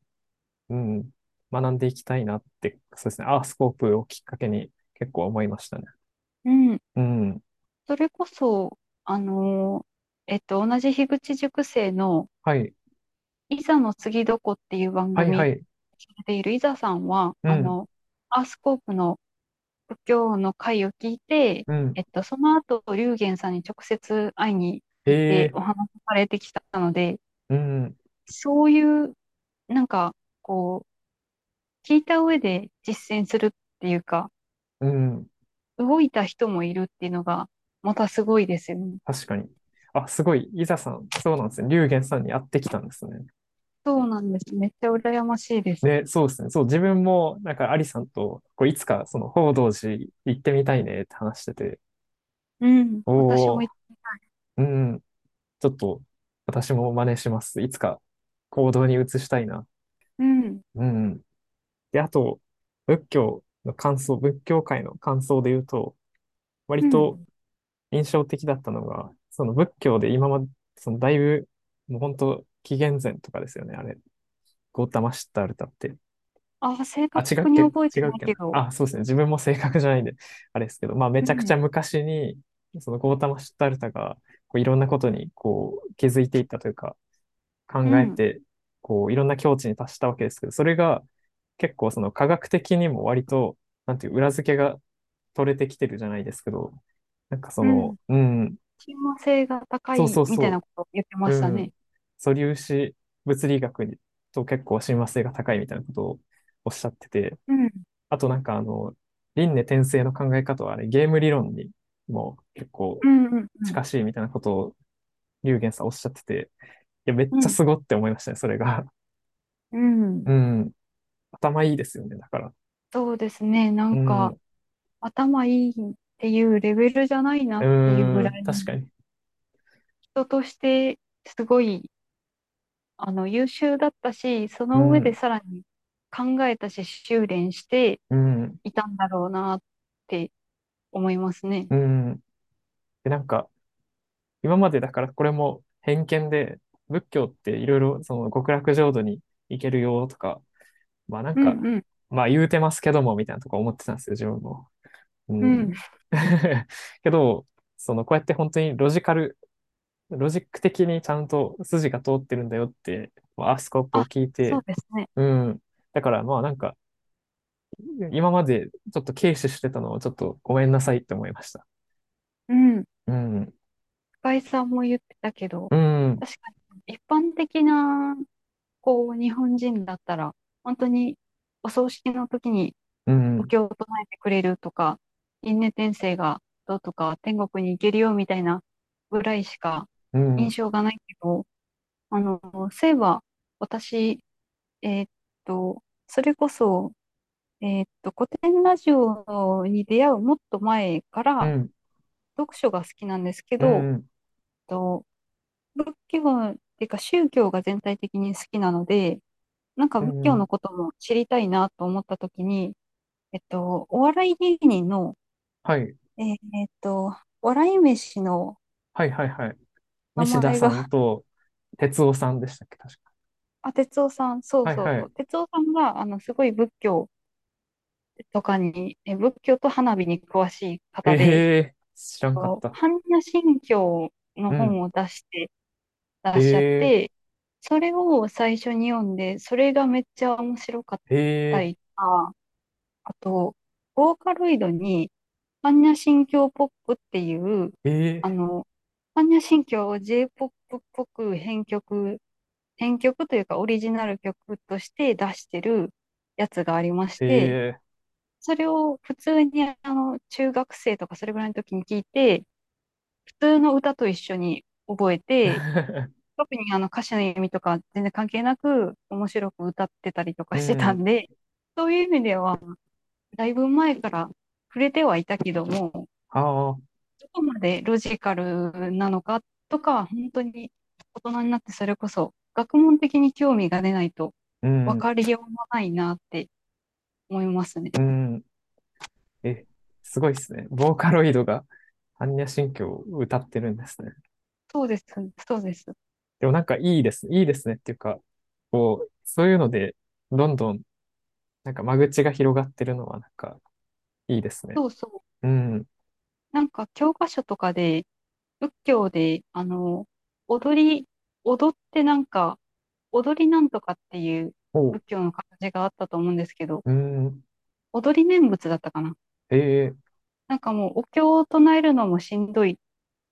Speaker 1: う、うん、学んでいきたいなって、そうですね、アースコープをきっかけに結構思いましたね。
Speaker 2: うん。
Speaker 1: うん。
Speaker 2: それこそ、あのーえっと、同じ樋口塾生の、
Speaker 1: はい。
Speaker 2: いざの次どこっていう番
Speaker 1: はい
Speaker 2: 組
Speaker 1: は
Speaker 2: で
Speaker 1: い。
Speaker 2: いるいざさんは、
Speaker 1: うん
Speaker 2: あの、アースコープの仏教の会を聞いて、
Speaker 1: うん。
Speaker 2: えっと、その後、龍玄さんに直接会いに行っ
Speaker 1: え
Speaker 2: てお話しされてきたので、
Speaker 1: ー、うん。
Speaker 2: そういう、なんか、こう、聞いた上で実践するっていうか、
Speaker 1: うん。
Speaker 2: 動いた人もいるっていうのが、またすごいですよね。
Speaker 1: 確かに。あ、すごい。いざさん、そうなんですね。龍玄さんに会ってきたんですね。
Speaker 2: そうなんです。めっちゃ羨ましいです。
Speaker 1: ね、そうですね。そう、自分も、なんか、アリさんと、こういつか、その、報道寺行ってみたいねって話してて、
Speaker 2: うん、
Speaker 1: おー
Speaker 2: 私も行ってみ
Speaker 1: うん、ちょっと、私も真似します。いつか、行動に移したいな。
Speaker 2: たい。うん、
Speaker 1: うん。で、あと、仏教の感想、仏教界の感想で言うと、割と印象的だったのが、その仏教で今まで、その、だいぶ、もう本当、紀元前とかですよね、あれ。ゴータマ・シュタルタって。
Speaker 2: あ、正
Speaker 1: あ、違う
Speaker 2: 確
Speaker 1: っ
Speaker 2: に
Speaker 1: け
Speaker 2: 覚えて
Speaker 1: 違うっ
Speaker 2: ない
Speaker 1: け
Speaker 2: け
Speaker 1: な
Speaker 2: ど。
Speaker 1: あ、そうですね。自分も正確じゃないんで、 あれですけど、まあ、め
Speaker 2: う
Speaker 1: ちゃくち
Speaker 2: ん。
Speaker 1: ゃ昔に、そのゴータマ・シュタルタが、こういろんなことに、こう、気づいていったというか、
Speaker 2: う
Speaker 1: 考え
Speaker 2: ん。
Speaker 1: て、こう、いろんな境地に達したわけですけど、それが、結構、その科学的にも割と、なんていう、裏付けが取れてきてるじゃないですけど、なんかそ
Speaker 2: うん。
Speaker 1: の、うん、
Speaker 2: 親和性が高
Speaker 1: そう
Speaker 2: い
Speaker 1: そう
Speaker 2: みたい
Speaker 1: そ
Speaker 2: なことを言ってま
Speaker 1: う、
Speaker 2: した
Speaker 1: うん、
Speaker 2: ね。
Speaker 1: 素粒子物理学にと結構親和性が高いみたいなことをおっしゃってて、
Speaker 2: うん。
Speaker 1: あとなんかあの、輪廻転生の考え方はあれ、ゲーム理論にも結構
Speaker 2: うんうんうん。
Speaker 1: 近しいみたいなことを、龍玄さんおっしゃってて、いや、めっ
Speaker 2: う
Speaker 1: ちゃ
Speaker 2: ん。
Speaker 1: すごって思いましたね、それが。
Speaker 2: うん。
Speaker 1: うん。頭いいですよね、だから。
Speaker 2: そうですね。な
Speaker 1: うんん。
Speaker 2: か、
Speaker 1: う
Speaker 2: 頭いいっていうレベルじゃないなっていうぐ
Speaker 1: ー
Speaker 2: ら
Speaker 1: ん、
Speaker 2: い、
Speaker 1: 確かに。
Speaker 2: 人としてすごい、あの、優秀だったし、そうの上で
Speaker 1: ん、
Speaker 2: さらに考えたし、修練して
Speaker 1: うん、
Speaker 2: いたんだろうなって思いますね。
Speaker 1: うん。で、なんか、今までだからこれも偏見で、仏教っていろいろその極楽浄土に行けるよとか、まあなん
Speaker 2: う
Speaker 1: か、
Speaker 2: んうん。
Speaker 1: まあ言うてますけども、みたいなとこ思ってたんですよ、自分も。う。
Speaker 2: うんん。
Speaker 1: けど、その、こうやって本当にロジカル、ロジック的にちゃんと筋が通ってるんだよって、まあ、アースコープを
Speaker 2: あ、
Speaker 1: 聞い
Speaker 2: そう
Speaker 1: て、
Speaker 2: ですね。
Speaker 1: うん。だから、まあなんか、今までちょっと軽視してたのをちょっとごめんなさいって思いました。
Speaker 2: うん。
Speaker 1: うん。
Speaker 2: 深井さんも言ってたけど、
Speaker 1: うん。
Speaker 2: 確かに一般的な、こう、日本人だったら、本当にお葬式の時に
Speaker 1: う
Speaker 2: お
Speaker 1: ん。
Speaker 2: 経を唱えてくれるとか、因縁転生がどうとか、天国に行けるよみたいなぐらいしか
Speaker 1: う
Speaker 2: 印
Speaker 1: ん。
Speaker 2: 象がないけど、あの、聖は、私、えーっと、それこそ、えーっと、古典ラジオに出会うもっと前か
Speaker 1: う
Speaker 2: ら
Speaker 1: ん。
Speaker 2: 読書が好きなんですけ
Speaker 1: う
Speaker 2: ど、
Speaker 1: ん。
Speaker 2: えっと仏教っていうか宗教が全体的に好きなので、なんか
Speaker 1: う
Speaker 2: 仏
Speaker 1: ん。う
Speaker 2: 教の
Speaker 1: ん。
Speaker 2: ことも知りたいなと思ったときに、えっと、お笑い芸人の、
Speaker 1: はい。
Speaker 2: えーえっと、笑い飯の
Speaker 1: はいはいはい。
Speaker 2: 名
Speaker 1: 西田
Speaker 2: 前
Speaker 1: さ
Speaker 2: が、
Speaker 1: んと哲夫さんでしたっけ、確か。
Speaker 2: あ、哲夫さん、そう
Speaker 1: はい
Speaker 2: そう
Speaker 1: は
Speaker 2: そ
Speaker 1: い。
Speaker 2: う、哲夫さんが、あの、すごい仏教とかに、え、仏教と花火に詳しい
Speaker 1: え
Speaker 2: 方で、
Speaker 1: え知らんかっ
Speaker 2: こう
Speaker 1: た。
Speaker 2: 般若心経の
Speaker 1: うん。
Speaker 2: 本を出して、らっしゃっ
Speaker 1: ええ
Speaker 2: て、それを最初に読んで、それがめっちゃ面白かった
Speaker 1: ええ
Speaker 2: りとか、あと、ボーカロイドに、般若心経ポップっていう、
Speaker 1: え
Speaker 2: あ
Speaker 1: え
Speaker 2: の、般若心経を J-POP っぽく編曲、編曲というかオリジナル曲として出してるやつがありまして、
Speaker 1: ええ
Speaker 2: それを普通にあの中学生とかそれぐらいの時に聞いて、普通の歌と一緒に覚えて、 特にあの歌詞の意味とか全然関係なく面白く歌ってたりと
Speaker 1: う
Speaker 2: かしてた
Speaker 1: ん。
Speaker 2: んで、そういう意味ではだいぶ前から触れてはいたけども、
Speaker 1: ああ、
Speaker 2: どこまでロジカルなのかとかは本当に大人になってそれこそ学問的に興味が出ないと
Speaker 1: う
Speaker 2: 分
Speaker 1: ん。
Speaker 2: かりようもないなって思いますね。
Speaker 1: うん。え、すごいですね。ボーカロイドが般若心経を歌ってるんですね。
Speaker 2: そうです、そうです。
Speaker 1: でもなんかいいです。いいですねっていうか、こう、そういうので、どんどん、なんか間口が広がってるのは、なんか、いいですね。
Speaker 2: そうそう。
Speaker 1: うん。
Speaker 2: なんか教科書とかで仏教で、あの、踊り、踊ってなんか、踊りなんとかっていう
Speaker 1: おう。
Speaker 2: 仏教の形があったと思うんですけど、
Speaker 1: うん。
Speaker 2: 踊り念仏だったかな。
Speaker 1: ええ
Speaker 2: なんかもうお経を唱えるのもしんどい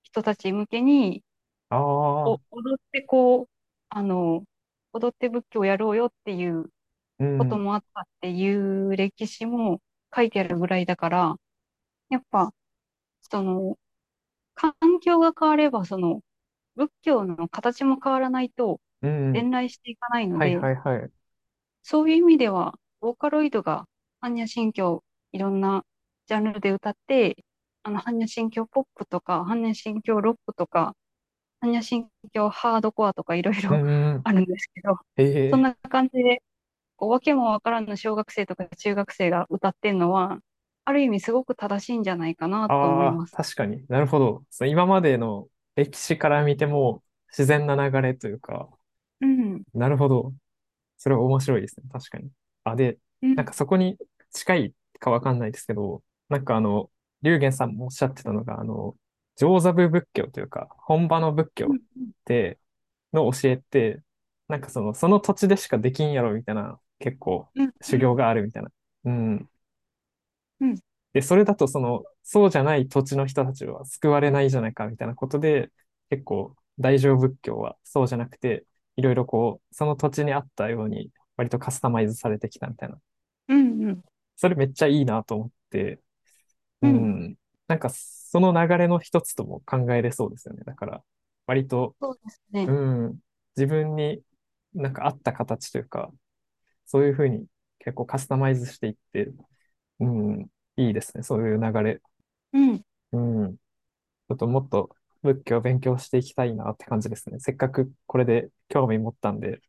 Speaker 2: 人たち向けに、
Speaker 1: あ
Speaker 2: お、
Speaker 1: あ、
Speaker 2: 踊ってこう、あの、踊って仏教をやろうよっていう
Speaker 1: う
Speaker 2: こと
Speaker 1: ん。
Speaker 2: もあったっていう歴史も書いてあるぐらいだから、やっぱ、その、環境が変われば、その、仏教の形も変わらないと
Speaker 1: うん。
Speaker 2: 伝来していかないの
Speaker 1: はい
Speaker 2: で、
Speaker 1: はいはい。
Speaker 2: そういう意味では、ボーカロイドが般若心経をいろんなジャンルで歌って、あの、般若心経ポップとか、般若心経ロックとか、般若心経ハードコアとかいろいうろ
Speaker 1: んうん。
Speaker 2: あるんですけど、そん
Speaker 1: ええ
Speaker 2: な感じで、こう、わけもわからぬ小学生とか中学生が歌ってるのは、ある意味すごく正しいんじゃないかなと思い
Speaker 1: ああ、
Speaker 2: ます。
Speaker 1: 確かになるほど。その今までの歴史から見ても自然な流れというか、
Speaker 2: うん。
Speaker 1: なるほど。それは面白いですね。確かに。あ、で、
Speaker 2: う
Speaker 1: なん
Speaker 2: ん。
Speaker 1: かそこに近いかわかんないですけど、なんかあの、龍玄さんもおっしゃってたのが、あの、上座部仏教というか、本場の仏
Speaker 2: う
Speaker 1: 教
Speaker 2: んうん
Speaker 1: って、の教えって、なんかその、その土地でしかできんやろみたいな、結構
Speaker 2: うんう
Speaker 1: 修
Speaker 2: ん
Speaker 1: 行があるみたいな。うん。
Speaker 2: うん
Speaker 1: で、それだとその、そうじゃない土地の人たちは救われないじゃないかみたいなことで、結構大乗仏教はそうじゃなくて、いろいろこう、その土地に合ったように、割とカスタマイズされてきたみたいな。
Speaker 2: うんうん
Speaker 1: それめっちゃいいなと思って、う
Speaker 2: うん
Speaker 1: ん。なんかその流れの一つとも考えれそうですよね。だから、割と、
Speaker 2: そうですね。
Speaker 1: うん、自分になんか合った形というか、そういうふうに結構カスタマイズしていって、うん、いいですね。そういう流れ。
Speaker 2: うん。
Speaker 1: うん。ちょっともっと仏教を勉強していきたいなって感じですね。せっかくこれで興味持ったんで、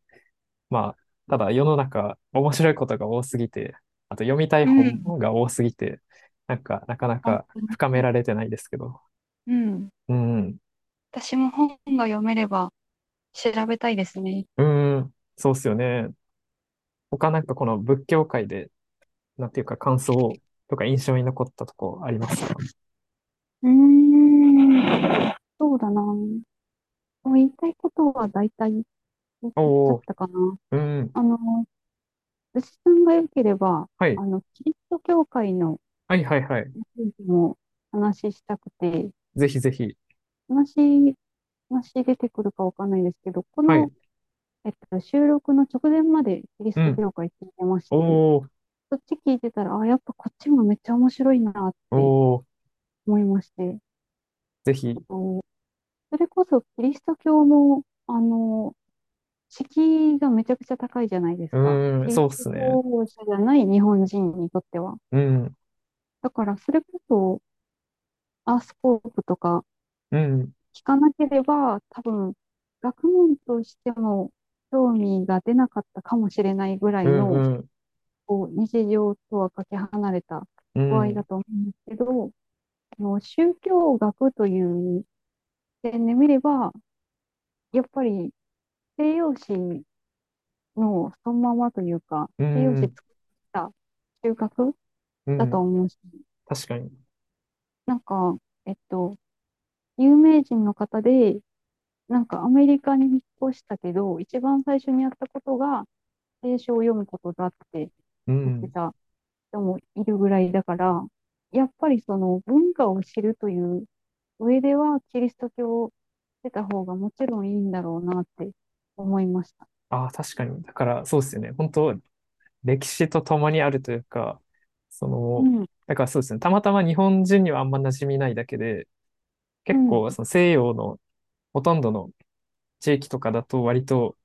Speaker 1: まあ、ただ世の中面白いことが多すぎて、あと読みたいう本
Speaker 2: ん。
Speaker 1: が多すぎて、なんかなかな
Speaker 2: 本
Speaker 1: か
Speaker 2: 当に
Speaker 1: 深め
Speaker 2: ね。
Speaker 1: られてないですけど。
Speaker 2: うん。
Speaker 1: うん、
Speaker 2: 私も本が読めれば調べたいですね。
Speaker 1: うん、そうっすよね。他なんかこの仏教界で、なんていうか感想とか印象に残ったとこありますか
Speaker 2: うーん。そうだな。もう言いたいことは大体言っちゃ
Speaker 1: おおー、
Speaker 2: ったかな。
Speaker 1: うん、
Speaker 2: あの、牛さんが良ければ、
Speaker 1: はい、
Speaker 2: あの、キリスト教会の
Speaker 1: はいはいはい。
Speaker 2: も話ししたくて、
Speaker 1: ぜひぜひ。
Speaker 2: 話、話出てくるかわかんないですけど、こ
Speaker 1: はい、
Speaker 2: の、えっと、収録の直前までキリ
Speaker 1: う
Speaker 2: スト
Speaker 1: ん、
Speaker 2: 教会聞いてまして、
Speaker 1: おお、
Speaker 2: そっち聞いてたら、あ、やっぱこっちもめっちゃ面白いなって
Speaker 1: おお、
Speaker 2: 思いまして、
Speaker 1: ぜひ、
Speaker 2: あのそれこそキリスト教も、あの、敷居がめちゃくちゃ高いじゃないですか。
Speaker 1: うん、
Speaker 2: キリ
Speaker 1: そう
Speaker 2: ス
Speaker 1: っ
Speaker 2: ト
Speaker 1: すね。
Speaker 2: 教者じゃない日本人にとっては。
Speaker 1: うん、
Speaker 2: だからそれこそ、アースコープとか、
Speaker 1: うん、
Speaker 2: 聞かなければ、多分、学問としても興味が出なかったかもしれないぐら
Speaker 1: う
Speaker 2: いの、
Speaker 1: ん、うん、
Speaker 2: こう、日常とはかけ離れた
Speaker 1: う
Speaker 2: 度合いだ
Speaker 1: ん、
Speaker 2: と思うんですけど、あの宗教学という点で見れば、やっぱり西洋史のそのままというか、
Speaker 1: う
Speaker 2: 西洋史
Speaker 1: ん、
Speaker 2: 作った中学
Speaker 1: う
Speaker 2: だと
Speaker 1: ん、
Speaker 2: 思うし、
Speaker 1: 確かに。
Speaker 2: なんか、えっと、有名人の方で、なんかアメリカに引っ越したけど、一番最初にやったことが聖書を読むことだって
Speaker 1: う
Speaker 2: 言って
Speaker 1: ん、
Speaker 2: た人もいるぐらいだから、やっぱりその文化を知るという上ではキリスト教をしてた方がもちろんいいんだろうなって思いました。
Speaker 1: ああ、確かに。だから、そうですよね。本当歴史と共にあるというか、そうの、
Speaker 2: ん、
Speaker 1: だからそうですね。たまたま日本人にはあんま馴染みないだけで、
Speaker 2: う
Speaker 1: 結
Speaker 2: ん、
Speaker 1: 構、その西洋のほとんどの地域とかだと、割と、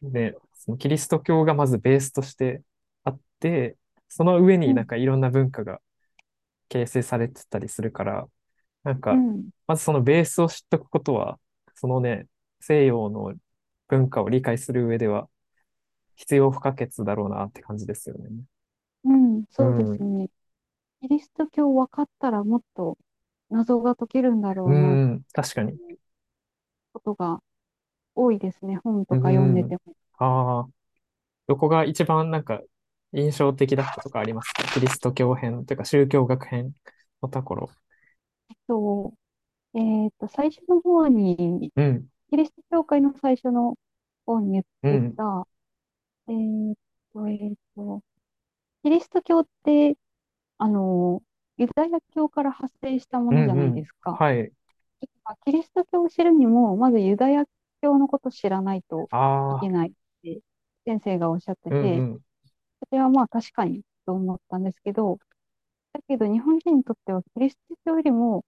Speaker 1: ね、そのキリスト教がまずベースとしてあって、その上
Speaker 2: う
Speaker 1: になん
Speaker 2: ん、
Speaker 1: かいろんな文化が形成されてたりするから、なん
Speaker 2: う
Speaker 1: か、
Speaker 2: ん、
Speaker 1: まずそのベースを知っとくことは、そのね、西洋の文化を理解する上では必要不可欠だろうなって感じですよね。
Speaker 2: うん、
Speaker 1: う
Speaker 2: そうです
Speaker 1: ん。
Speaker 2: ね。キリスト教分かったらもっと謎が解けるんだろ
Speaker 1: う
Speaker 2: うなって
Speaker 1: ん、確かに。
Speaker 2: いうことが多いですね。本
Speaker 1: う
Speaker 2: とか読んで
Speaker 1: ん。
Speaker 2: ても。
Speaker 1: ああ、どこが一番なんか印象的だったとかありますかキリスト教編というか宗教学編のところ。
Speaker 2: そう。えっと、最初の方に、
Speaker 1: うん、
Speaker 2: キリスト教会の最初の方に言っ
Speaker 1: う
Speaker 2: てい
Speaker 1: ん、
Speaker 2: た、えっと、えっと、キリスト教って、あの、ユダヤ教から発生したも
Speaker 1: う
Speaker 2: のじゃ
Speaker 1: ん、う
Speaker 2: ないで
Speaker 1: ん。
Speaker 2: すか。
Speaker 1: はい。
Speaker 2: だからキリスト教を知るにも、まずユダヤ教のことを知らないとい
Speaker 1: あ
Speaker 2: け
Speaker 1: あ、
Speaker 2: ないって先生がおっしゃって
Speaker 1: うん、
Speaker 2: て、
Speaker 1: うん。
Speaker 2: それはまあ確かにと思ったんですけど、だけど日本人にとってはキリスト教よりも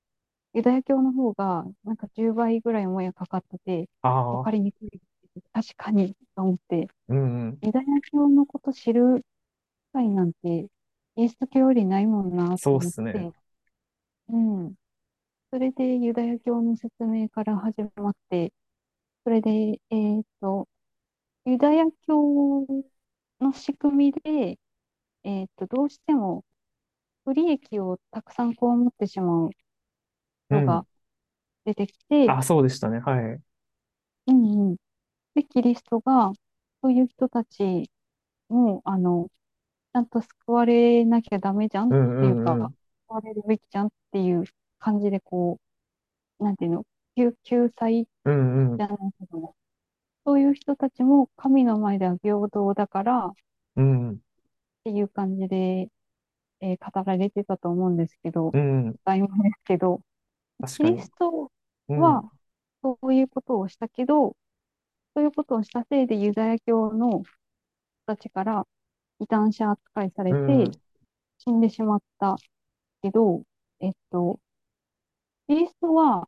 Speaker 2: ユダヤ教の方がなんか10倍ぐらいもやかかってて、わ
Speaker 1: あ
Speaker 2: か
Speaker 1: あ、
Speaker 2: りにくい。確かにと思って、
Speaker 1: うん、うん。
Speaker 2: ユダヤ教のこと知る機会なんて、キリスト教よりないもんな
Speaker 1: そう
Speaker 2: と
Speaker 1: っ
Speaker 2: 思っ
Speaker 1: すね。
Speaker 2: て、うん。それでユダヤ教の説明から始まって、それで、えーっと、ユダヤ教の仕組みで、えーっと、どうしても不利益をたくさん被ってしまう
Speaker 1: う
Speaker 2: 人
Speaker 1: ん。
Speaker 2: が出てきて、
Speaker 1: あ、そうでしたね。はい。
Speaker 2: うんうん。で、キリストが、そういう人たちも、あの、ゃんと救われなきゃダメじゃんっ
Speaker 1: う
Speaker 2: て
Speaker 1: んう
Speaker 2: いうか、
Speaker 1: んうん。
Speaker 2: 救われるべきじゃんっていう感じで、こう、なんていうの、救、救済
Speaker 1: うんうん。
Speaker 2: じゃないけども、そういう人たちも神の前では平等だからっ
Speaker 1: うんうん。
Speaker 2: ていう感じで、えー語られてたと思うんですけど、
Speaker 1: うんうん。
Speaker 2: 当たり前ですけど、
Speaker 1: 確
Speaker 2: キ
Speaker 1: か
Speaker 2: リ
Speaker 1: に。
Speaker 2: スト
Speaker 1: うん。
Speaker 2: はそういうことをしたけど、そういうことをしたせいでユダヤ教の人たちから異端者扱いされ
Speaker 1: う
Speaker 2: て
Speaker 1: ん。
Speaker 2: 死んでしまったけど、えっと、キリストは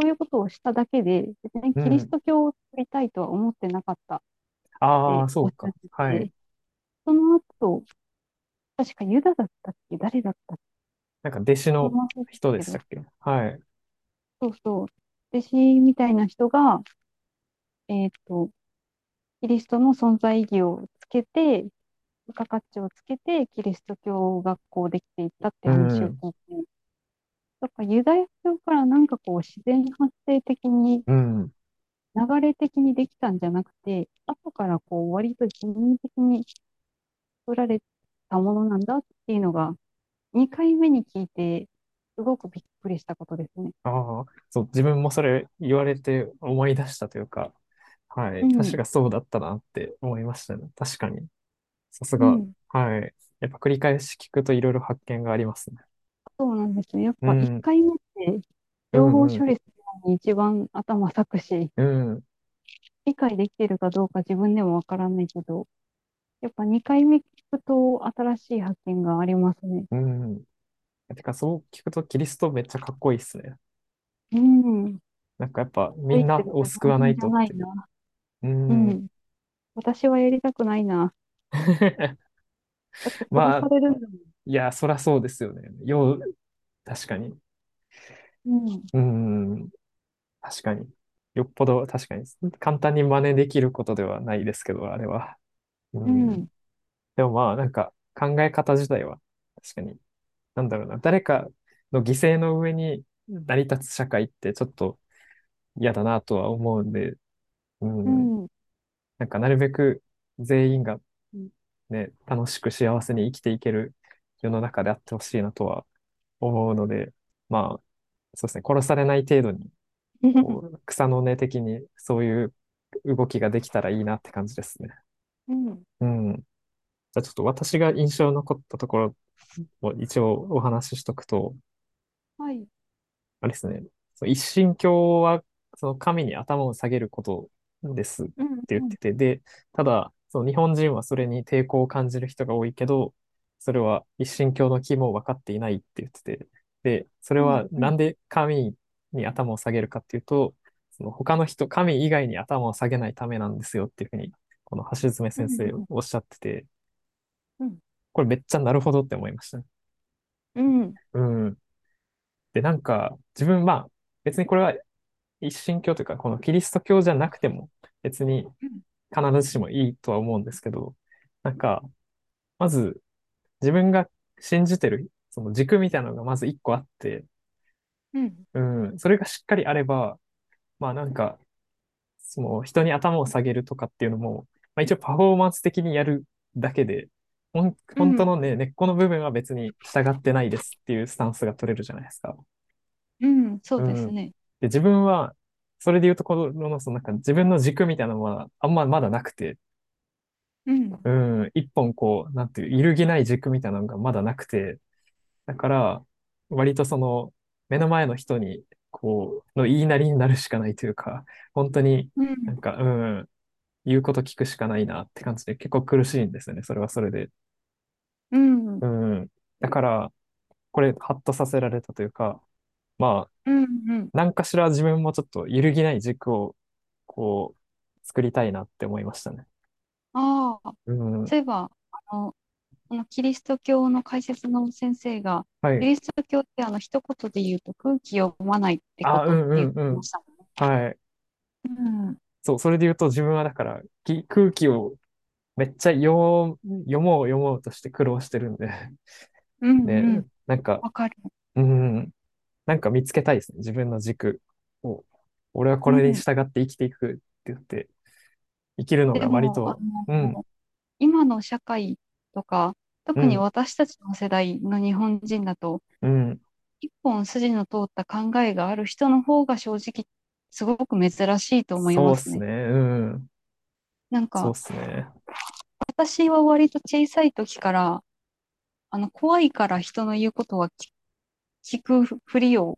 Speaker 2: そういうことをしただけで、別に
Speaker 1: う
Speaker 2: キリス
Speaker 1: ん。
Speaker 2: ト教を作りたいとは思ってなかったっ
Speaker 1: ああ、
Speaker 2: て
Speaker 1: そ
Speaker 2: お
Speaker 1: う
Speaker 2: っしゃ
Speaker 1: か。
Speaker 2: って
Speaker 1: はい。
Speaker 2: て、その後、確かユダだったっけ、誰だったっ
Speaker 1: なんか弟子
Speaker 2: け、
Speaker 1: の
Speaker 2: 忘れた
Speaker 1: 人で
Speaker 2: け
Speaker 1: した
Speaker 2: ど、
Speaker 1: っけはい。
Speaker 2: そうそう、弟子みたいな人が、えっと、キリストの存在意義をつけて、付加価値をつけて、キリスト教がこうできていったって
Speaker 1: う
Speaker 2: 話を
Speaker 1: ん。
Speaker 2: 聞いて、だからユダヤ教からなんかこう自然発生的に、
Speaker 1: うん。
Speaker 2: 流れ的にできたんじゃなくて、後からこう割と人為的に作られたものなんだっていうのが、2回目に聞いて、すごくびっくりしたことですね。
Speaker 1: ああ、そう、自分もそれ言われて思い出したというか、は
Speaker 2: う
Speaker 1: い。確
Speaker 2: ん、
Speaker 1: かそうだったなって思いましたね。確かに。さす
Speaker 2: う
Speaker 1: が。
Speaker 2: ん、
Speaker 1: はい。やっぱ繰り返し聞くといろいろ発見がありますね。
Speaker 2: そうなんですよ。やっ
Speaker 1: う
Speaker 2: ぱ1
Speaker 1: ん。
Speaker 2: 回目って、
Speaker 1: う
Speaker 2: 情報
Speaker 1: んう
Speaker 2: 処
Speaker 1: ん。
Speaker 2: 理するのに一番頭割くし、
Speaker 1: うん。
Speaker 2: 理解できてるかどうか自分でもわからないけど、やっぱ2回目聞くと新しい発見がありますね。
Speaker 1: うん。てか、そう聞くとキリストめっちゃかっこいいっすね。
Speaker 2: うん。
Speaker 1: なんかやっぱみ
Speaker 2: とい
Speaker 1: ん
Speaker 2: っ
Speaker 1: な
Speaker 2: ても
Speaker 1: を
Speaker 2: 他
Speaker 1: 救わな
Speaker 2: 人
Speaker 1: い
Speaker 2: じゃ
Speaker 1: とっ
Speaker 2: ない
Speaker 1: ていう。
Speaker 2: な。
Speaker 1: う。
Speaker 2: うんん。私はやりたくないな。だって殺
Speaker 1: ま
Speaker 2: さ
Speaker 1: あ、
Speaker 2: れるんだもん。
Speaker 1: いや、そらそうですよね。よう、確かに。
Speaker 2: うん。
Speaker 1: うん。確かに。よっぽど、確かに。簡単に真似できることではないですけど、あれは。う。
Speaker 2: うんん。
Speaker 1: でもまあ、なんか考え方自体は、確かに、なんだろうな。誰かの犠牲の上に成り立つ社会ってちょっと嫌だなとは思うんで、う。
Speaker 2: うんん。
Speaker 1: なんかなるべく全員がね、楽しく幸せに生きていける世の中であってほしいなとは思うので、まあ、そうですね、殺されない程度に、こう、草の根的にそういう動きができたらいいなって感じですね。
Speaker 2: うん。
Speaker 1: うん。じゃあちょっと私が印象に残ったところを一応お話ししとくと、
Speaker 2: はい。
Speaker 1: あれですね、その一神教はその神に頭を下げることですって言
Speaker 2: うん。
Speaker 1: っ
Speaker 2: うん。
Speaker 1: てて、で、ただ、その日本人はそれに抵抗を感じる人が多いけど、それは一神教の肝を分かっていないって言ってて、で、それ
Speaker 2: う
Speaker 1: は
Speaker 2: ん。う。
Speaker 1: なんんで神に頭を下げるかっていうと、その他の人、神以外に頭を下げないためなんですよっていうふうに、この橋爪
Speaker 2: う
Speaker 1: 先生
Speaker 2: ん。
Speaker 1: おっしゃってて、
Speaker 2: うん。
Speaker 1: これめっちゃなるほどって思いましたね。
Speaker 2: うん。
Speaker 1: うん。で、なんか、自分、まあ、別にこれは一神教というか、このキリスト教じゃなくても、別に必ずしもいいとは思うんですけど、なんか、まず、自分が信じてる、その軸みたいなのがまず一個あって、
Speaker 2: うん。
Speaker 1: うん、それがしっかりあれば、まあなんか、その人に頭を下げるとかっていうのも、まあ一応パフォーマンス的にやるだけで、ほん、
Speaker 2: う
Speaker 1: 本
Speaker 2: ん。
Speaker 1: 当のね、根っこの部分は別に従ってないですっていうスタンスが取れるじゃないですか。
Speaker 2: うん。そう
Speaker 1: う
Speaker 2: です
Speaker 1: ん。
Speaker 2: ね。
Speaker 1: で、自分は、それで言うところの、そのなんか自分の軸みたいなのはあんままだなくて、
Speaker 2: うん。
Speaker 1: うん、一本こう、なんていう、揺るぎない軸みたいなのがまだなくて、だから、割とその、目の前の人に、こう、の言いなりになるしかないというか、本当に
Speaker 2: う。
Speaker 1: なんんか、うん、言うこと聞くしかないなって感じで、結構苦しいんですよね、それはそれで。
Speaker 2: うん。
Speaker 1: うん。だから、これ、ハッとさせられたというか、まあ、
Speaker 2: うん。うん。
Speaker 1: 何かしら自分もちょっと揺るぎない軸を、こう、作りたいなって思いましたね。
Speaker 2: ああ。
Speaker 1: うん。は
Speaker 2: そういえば、あの、このキリスト教の解説の先生が、キ
Speaker 1: い。
Speaker 2: リスト教ってあの一言で言うと空気を読まないってこ
Speaker 1: あ、う
Speaker 2: とって
Speaker 1: ん
Speaker 2: 言っ
Speaker 1: うん
Speaker 2: て
Speaker 1: う
Speaker 2: ま
Speaker 1: ん。
Speaker 2: したもんね。
Speaker 1: はい。
Speaker 2: うん。
Speaker 1: そう、それで言うと自分はだから、き空気をめっちゃ読もう、読もう読もうとして苦労してるんで、
Speaker 2: うんう
Speaker 1: ね、
Speaker 2: ん。
Speaker 1: なんか、
Speaker 2: わかる。
Speaker 1: うん、なんか見つけたいですね、自分の軸を。俺はこ
Speaker 2: う
Speaker 1: れに
Speaker 2: ん。
Speaker 1: 従って生きていくって言って、生きるの
Speaker 2: で
Speaker 1: が割
Speaker 2: も、あ
Speaker 1: と、うん、
Speaker 2: の、今の社会とか特に私たちの世代の日本人だと、
Speaker 1: うん、
Speaker 2: 一本筋の通った考えがある人の方が正直、すごく珍しいと思い
Speaker 1: そう
Speaker 2: ま
Speaker 1: っ
Speaker 2: す
Speaker 1: す
Speaker 2: ね。
Speaker 1: ね、うん、
Speaker 2: なんか、
Speaker 1: そうっすね。
Speaker 2: 私は割と小さい時から、あの、怖いから人の言うことは聞聞くふりを、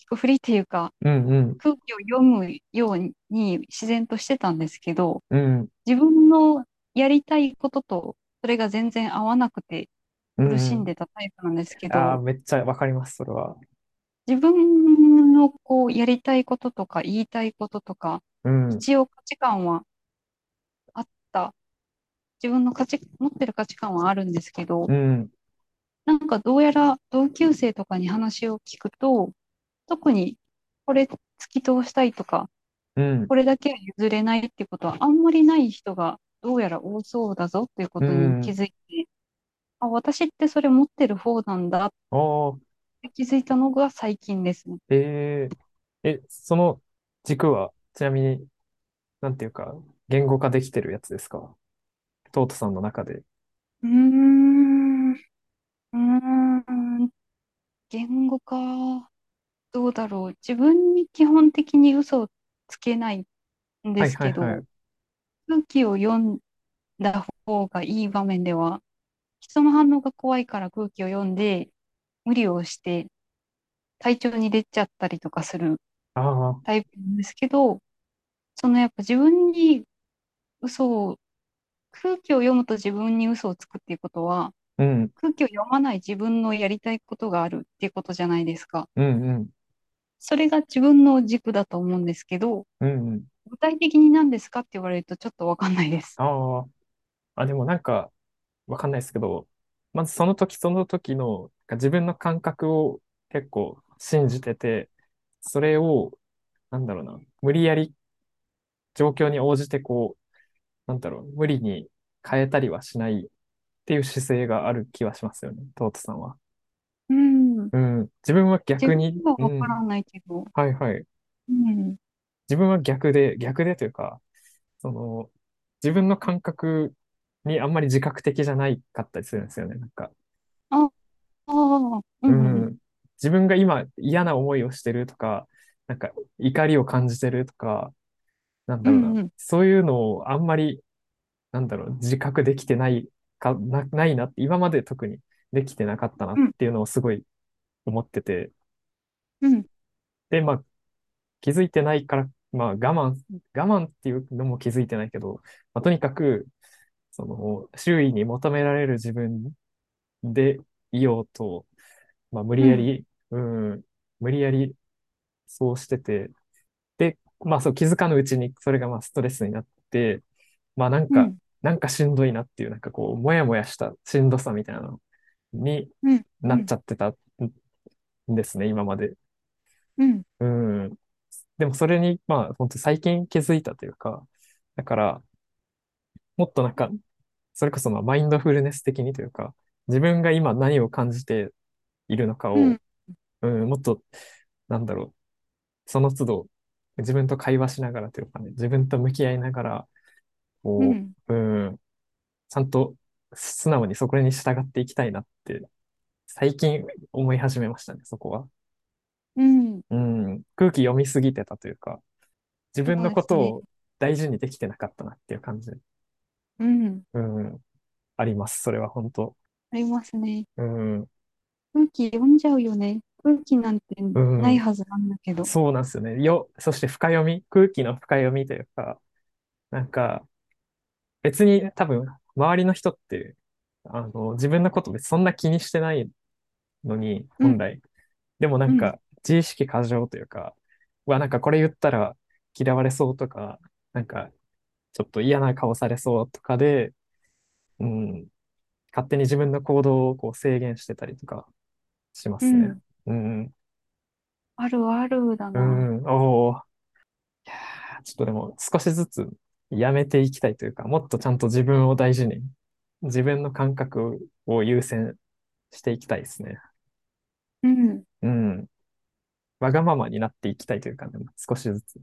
Speaker 2: 聞くふりっていうか、
Speaker 1: うん
Speaker 2: 空気を読むように自然としてたんですけど、
Speaker 1: うん、
Speaker 2: 自分のやりたいことと、それが全然合わなくて
Speaker 1: うん、
Speaker 2: 苦し
Speaker 1: うんん。
Speaker 2: でたタイプなんですけど、
Speaker 1: ああ、めっちゃわかります、それは。
Speaker 2: 自分のこう、やりたいこととか言いたいこととか、
Speaker 1: うん、
Speaker 2: 一応価値観はあった、自分の価値、持ってる価値観はあるんですけど、
Speaker 1: うん、
Speaker 2: なんかどうやら同級生とかに話を聞くと、特にこれ突き通したいとか、
Speaker 1: うん、
Speaker 2: これだけは譲れないってことはあんまりない人がどうやら多そうだぞということに気づいて、あ、私ってそれ持ってる方なんだっ
Speaker 1: おー、
Speaker 2: て気づいたのが最近ですね。
Speaker 1: えー、え、その軸は、ちなみに、なんていうか、言語化できてるやつですかトートさんの中で。
Speaker 2: うーん、うーん、言語化、どうだろう。自分に基本的に嘘をつけないんで
Speaker 1: はい
Speaker 2: す
Speaker 1: はい
Speaker 2: けど、
Speaker 1: はい。
Speaker 2: 空気を読んだ方がいい場面では、人の反応が怖いから空気を読んで、無理をして体調に出ちゃったりとかする
Speaker 1: ああ、
Speaker 2: タイプなんですけど、そのやっぱ自分に嘘を、空気を読むと自分に嘘をつくっていうことは、
Speaker 1: うん、
Speaker 2: 空気を読まない自分のやりたいことがあるっていうことじゃないですか。
Speaker 1: うん、うん、
Speaker 2: それが自分の軸だと思うんですけど、
Speaker 1: うん、うん。
Speaker 2: 具体的に何ですかって言われるとちょっとわかんないです。
Speaker 1: ああ、あ、でもなんか、わかんないですけど、まずその時その時の、なんか自分の感覚を結構信じてて、それを、なんだろうな、無理やり状況に応じてこう、なんだろう、無理に変えたりはしないっていう姿勢がある気はしますよね、トートさんは。
Speaker 2: うん。
Speaker 1: うん。自分は
Speaker 2: 自
Speaker 1: 逆
Speaker 2: 分
Speaker 1: に、
Speaker 2: は
Speaker 1: う
Speaker 2: わか
Speaker 1: ん。
Speaker 2: らないけど、
Speaker 1: はいはい。
Speaker 2: うん。
Speaker 1: 自分は逆で、逆でというか、その、自分の感覚にあんまり自覚的じゃないかったりするんですよね、なんか。
Speaker 2: ああー、う。
Speaker 1: うんん。自分が今嫌な思いをしてるとか、なんか怒りを感じてるとか、なん
Speaker 2: う
Speaker 1: だろうんな。
Speaker 2: うん。
Speaker 1: そういうのをあんまり、なんだろう、自覚できてないか、な、ないなって、今まで特にできてなかったなっ
Speaker 2: うん
Speaker 1: ていうのをすごい思ってて、
Speaker 2: うん。
Speaker 1: で、まあ、気づいてないから、まあ、我慢、我慢っていうのも気づいてないけど、まあ、とにかく、その、周囲に求められる自分でいようと、まあ、無
Speaker 2: う
Speaker 1: 理や
Speaker 2: ん。
Speaker 1: り、うん、無理やりそうしてて、で、まあ、そう気づかぬうちにそれがまあストレスになって、まあ、なん
Speaker 2: う
Speaker 1: か、
Speaker 2: ん。
Speaker 1: なんかしんどいなっていう、なんかこう、もやもやしたしんどさみたいなのに
Speaker 2: うん。
Speaker 1: な
Speaker 2: う
Speaker 1: っち
Speaker 2: ん。
Speaker 1: ゃってたんですね、今まで。
Speaker 2: うん
Speaker 1: うん。でもそれに、まあ、本当最近気づいたというか、だから、もっとなんか、それこそまあマインドフルネス的にというか、自分が今何を感じているのか
Speaker 2: う
Speaker 1: を、
Speaker 2: ん。
Speaker 1: うん、もっと、なんだろう、その都度、自分と会話しながらというかね、自分と向き合いながら、
Speaker 2: う
Speaker 1: こ
Speaker 2: ん。
Speaker 1: う、うん、ちゃんと素直にそこに従っていきたいなって、最近思い始めましたね、そこは。
Speaker 2: うん
Speaker 1: うん、空気読みすぎてたというか、自分
Speaker 2: そ
Speaker 1: の
Speaker 2: うで
Speaker 1: こ
Speaker 2: す
Speaker 1: と
Speaker 2: ね。
Speaker 1: を大事にできてなかったなっていう感じ、
Speaker 2: うん。
Speaker 1: うん、あります。それは本当。
Speaker 2: ありますね。
Speaker 1: うん、
Speaker 2: 空気読んじゃうよね。空気なんて
Speaker 1: う
Speaker 2: ない
Speaker 1: ん、
Speaker 2: はずなんだけど。
Speaker 1: そうなんですよね。よ、そして深読み、空気の深読みというか、なんか別に多分周りの人って、あの、自分のこと別にそんな気にしてないのに、
Speaker 2: う
Speaker 1: 本
Speaker 2: ん。
Speaker 1: 来。でもな
Speaker 2: うんん。
Speaker 1: か自意識過剰というか、うわ、なんかこれ言ったら嫌われそうとか、なんかちょっと嫌な顔されそうとかで、うん、勝手に自分の行動をこう制限してたりとかしま
Speaker 2: う
Speaker 1: すね。
Speaker 2: ん。
Speaker 1: うん。
Speaker 2: あるあるだ
Speaker 1: う
Speaker 2: な。
Speaker 1: ん。おお。いやーちょっとでも少しずつやめていきたいというか、もっとちゃんと自分を大事に、自分の感覚を優先していきたいですね。
Speaker 2: うん。
Speaker 1: うん。わがままになっていきたいというか、ね、少しずつ。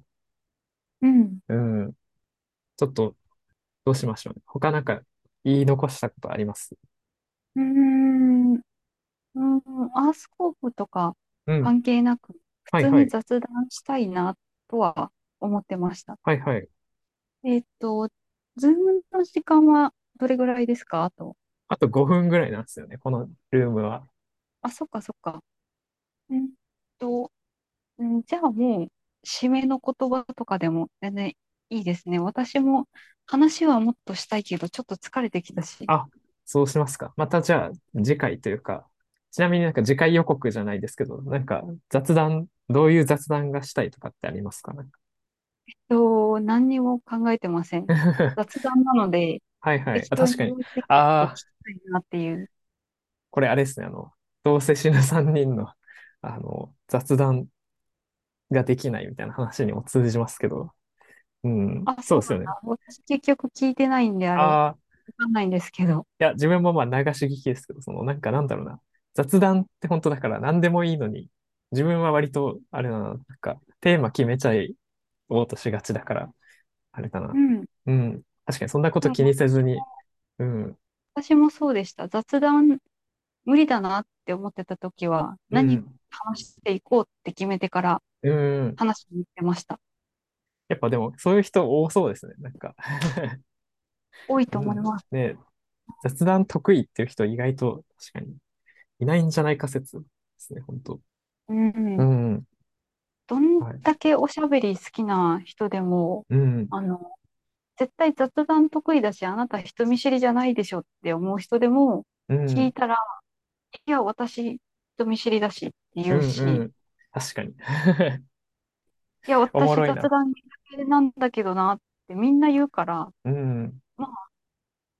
Speaker 2: うん。
Speaker 1: うん。ちょっとどうしましょうね。他なんか言い残したことあります
Speaker 2: うーん、うーん、アースコープとか
Speaker 1: うん。
Speaker 2: 関係なく、普
Speaker 1: はい
Speaker 2: 通
Speaker 1: は
Speaker 2: に
Speaker 1: い。
Speaker 2: 雑談したいなとは思ってました。
Speaker 1: はいはい。
Speaker 2: えっと、ズームの時間はどれぐらいですかあと。
Speaker 1: あと5分ぐらいなんですよね、このルームは。
Speaker 2: あ、そっかそっか。うんと、うんじゃあもう、締めの言葉とかでも全然いいですね。私も話はもっとしたいけど、ちょっと疲れてきたし。
Speaker 1: あ、そうしますか。またじゃあ次回というか、ちなみになんか次回予告じゃないですけど、なんか雑談、どういう雑談がしたいとかってありますか なんか
Speaker 2: と、何にも考えてません。雑談なので、
Speaker 1: はいはい。
Speaker 2: 適
Speaker 1: あ、
Speaker 2: 当に
Speaker 1: 確かに。
Speaker 2: 適当聞
Speaker 1: あ
Speaker 2: き
Speaker 1: あ、
Speaker 2: たいなっていう。
Speaker 1: これあれですね。あの、どうせ死ぬ3人の、あの、雑談ができないみたいな話にも通じますけど、うん、
Speaker 2: あ、
Speaker 1: そう
Speaker 2: そ
Speaker 1: ですよ
Speaker 2: う
Speaker 1: ね。
Speaker 2: なんだ。私結局聞いてないんで、あれ、わ
Speaker 1: ああ、
Speaker 2: かんないんですけど。
Speaker 1: いや、自分もまあ流し聞きですけど、そのなんかなんだろうな。雑談って本当だから何でもいいのに、自分は割と、あれだな、なんかテーマ決めちゃおうとしがちだから、あれだ
Speaker 2: う
Speaker 1: な。
Speaker 2: ん。
Speaker 1: うん。確かにそんなこ
Speaker 2: で
Speaker 1: と
Speaker 2: も
Speaker 1: 気にせずに、うん。
Speaker 2: 私もそうでした。雑談無理だなって思ってた時は、
Speaker 1: う
Speaker 2: 何
Speaker 1: ん。
Speaker 2: 話していこうって決めてから
Speaker 1: うん。
Speaker 2: 話しに行ってました。
Speaker 1: やっぱでも、そういう人多そうですね。なんか
Speaker 2: 多いと
Speaker 1: う
Speaker 2: 思い
Speaker 1: ん。
Speaker 2: ます。
Speaker 1: ね、雑談得意っていう人意外と確かにいないんじゃないか説ですね、本当。
Speaker 2: う。
Speaker 1: うんん。
Speaker 2: どん
Speaker 1: はい。
Speaker 2: だけおしゃべり好きな人でも、
Speaker 1: うん。
Speaker 2: あの、絶対雑談得意だし、あなた人見知りじゃないでしょって思う人でも、
Speaker 1: う
Speaker 2: 聞
Speaker 1: ん。
Speaker 2: いたら、いや、私人見知りだしって
Speaker 1: う
Speaker 2: 言うん
Speaker 1: う
Speaker 2: し、
Speaker 1: ん。確かに。
Speaker 2: いや、
Speaker 1: おも
Speaker 2: 私
Speaker 1: ろい
Speaker 2: 雑
Speaker 1: な。
Speaker 2: 談苦手なんだけどなってみんな言うから、
Speaker 1: うん。。
Speaker 2: まあ、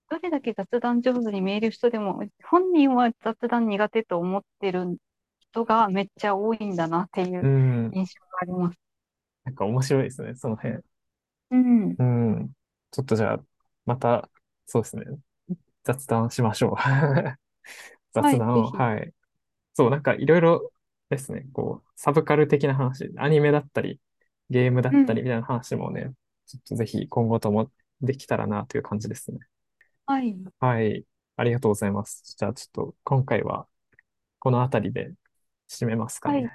Speaker 2: どれだけ雑談上手に見える人でも、本人は雑談苦手と思ってる人がめっちゃ多いんだなっていううん印象があります。
Speaker 1: なんか面白いですね、その辺。
Speaker 2: うん。
Speaker 1: うん。ちょっとじゃあ、また、そうですね。雑談しましょう。
Speaker 2: は
Speaker 1: 雑
Speaker 2: い、ぜ
Speaker 1: 談を、
Speaker 2: ひ。
Speaker 1: はい。そう、なんかいろいろですね、こう、サブカル的な話、アニメだったり、ゲームだ
Speaker 2: う
Speaker 1: った
Speaker 2: ん。
Speaker 1: りみたいな話もね、ちょっとぜひ今後ともできたらなという感じですね。
Speaker 2: はい。
Speaker 1: はい。ありがとうございます。じゃあちょっと今回はこの辺りで締めますか
Speaker 2: は
Speaker 1: ね。
Speaker 2: い。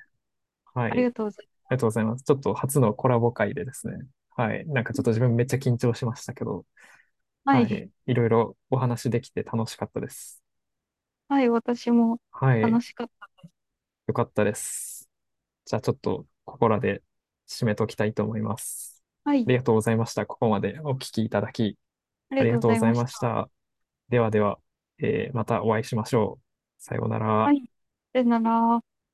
Speaker 1: は
Speaker 2: あり
Speaker 1: い。
Speaker 2: がとうござい
Speaker 1: ありがとうございます。ちょっと初のコラボ会でですね。はい。なんかちょっと自分めっちゃ緊張しましたけど、
Speaker 2: ま
Speaker 1: は
Speaker 2: す。はい。
Speaker 1: い。いろいろお話できて楽しかったです。
Speaker 2: はい、私も
Speaker 1: はい。
Speaker 2: 楽しかった。
Speaker 1: よかったです。じゃあちょっとここらで締めときたいと思います。
Speaker 2: は
Speaker 1: あ
Speaker 2: い。
Speaker 1: りがとうございました。ここまでお聞きいただき、
Speaker 2: あり
Speaker 1: あ
Speaker 2: が
Speaker 1: り
Speaker 2: と
Speaker 1: が
Speaker 2: う
Speaker 1: とう
Speaker 2: ござ
Speaker 1: ご
Speaker 2: い
Speaker 1: ざい
Speaker 2: まし。
Speaker 1: ましたた。ではでは、えーまたお会いしましょう。さような
Speaker 2: は
Speaker 1: ら。
Speaker 2: い。さよなら。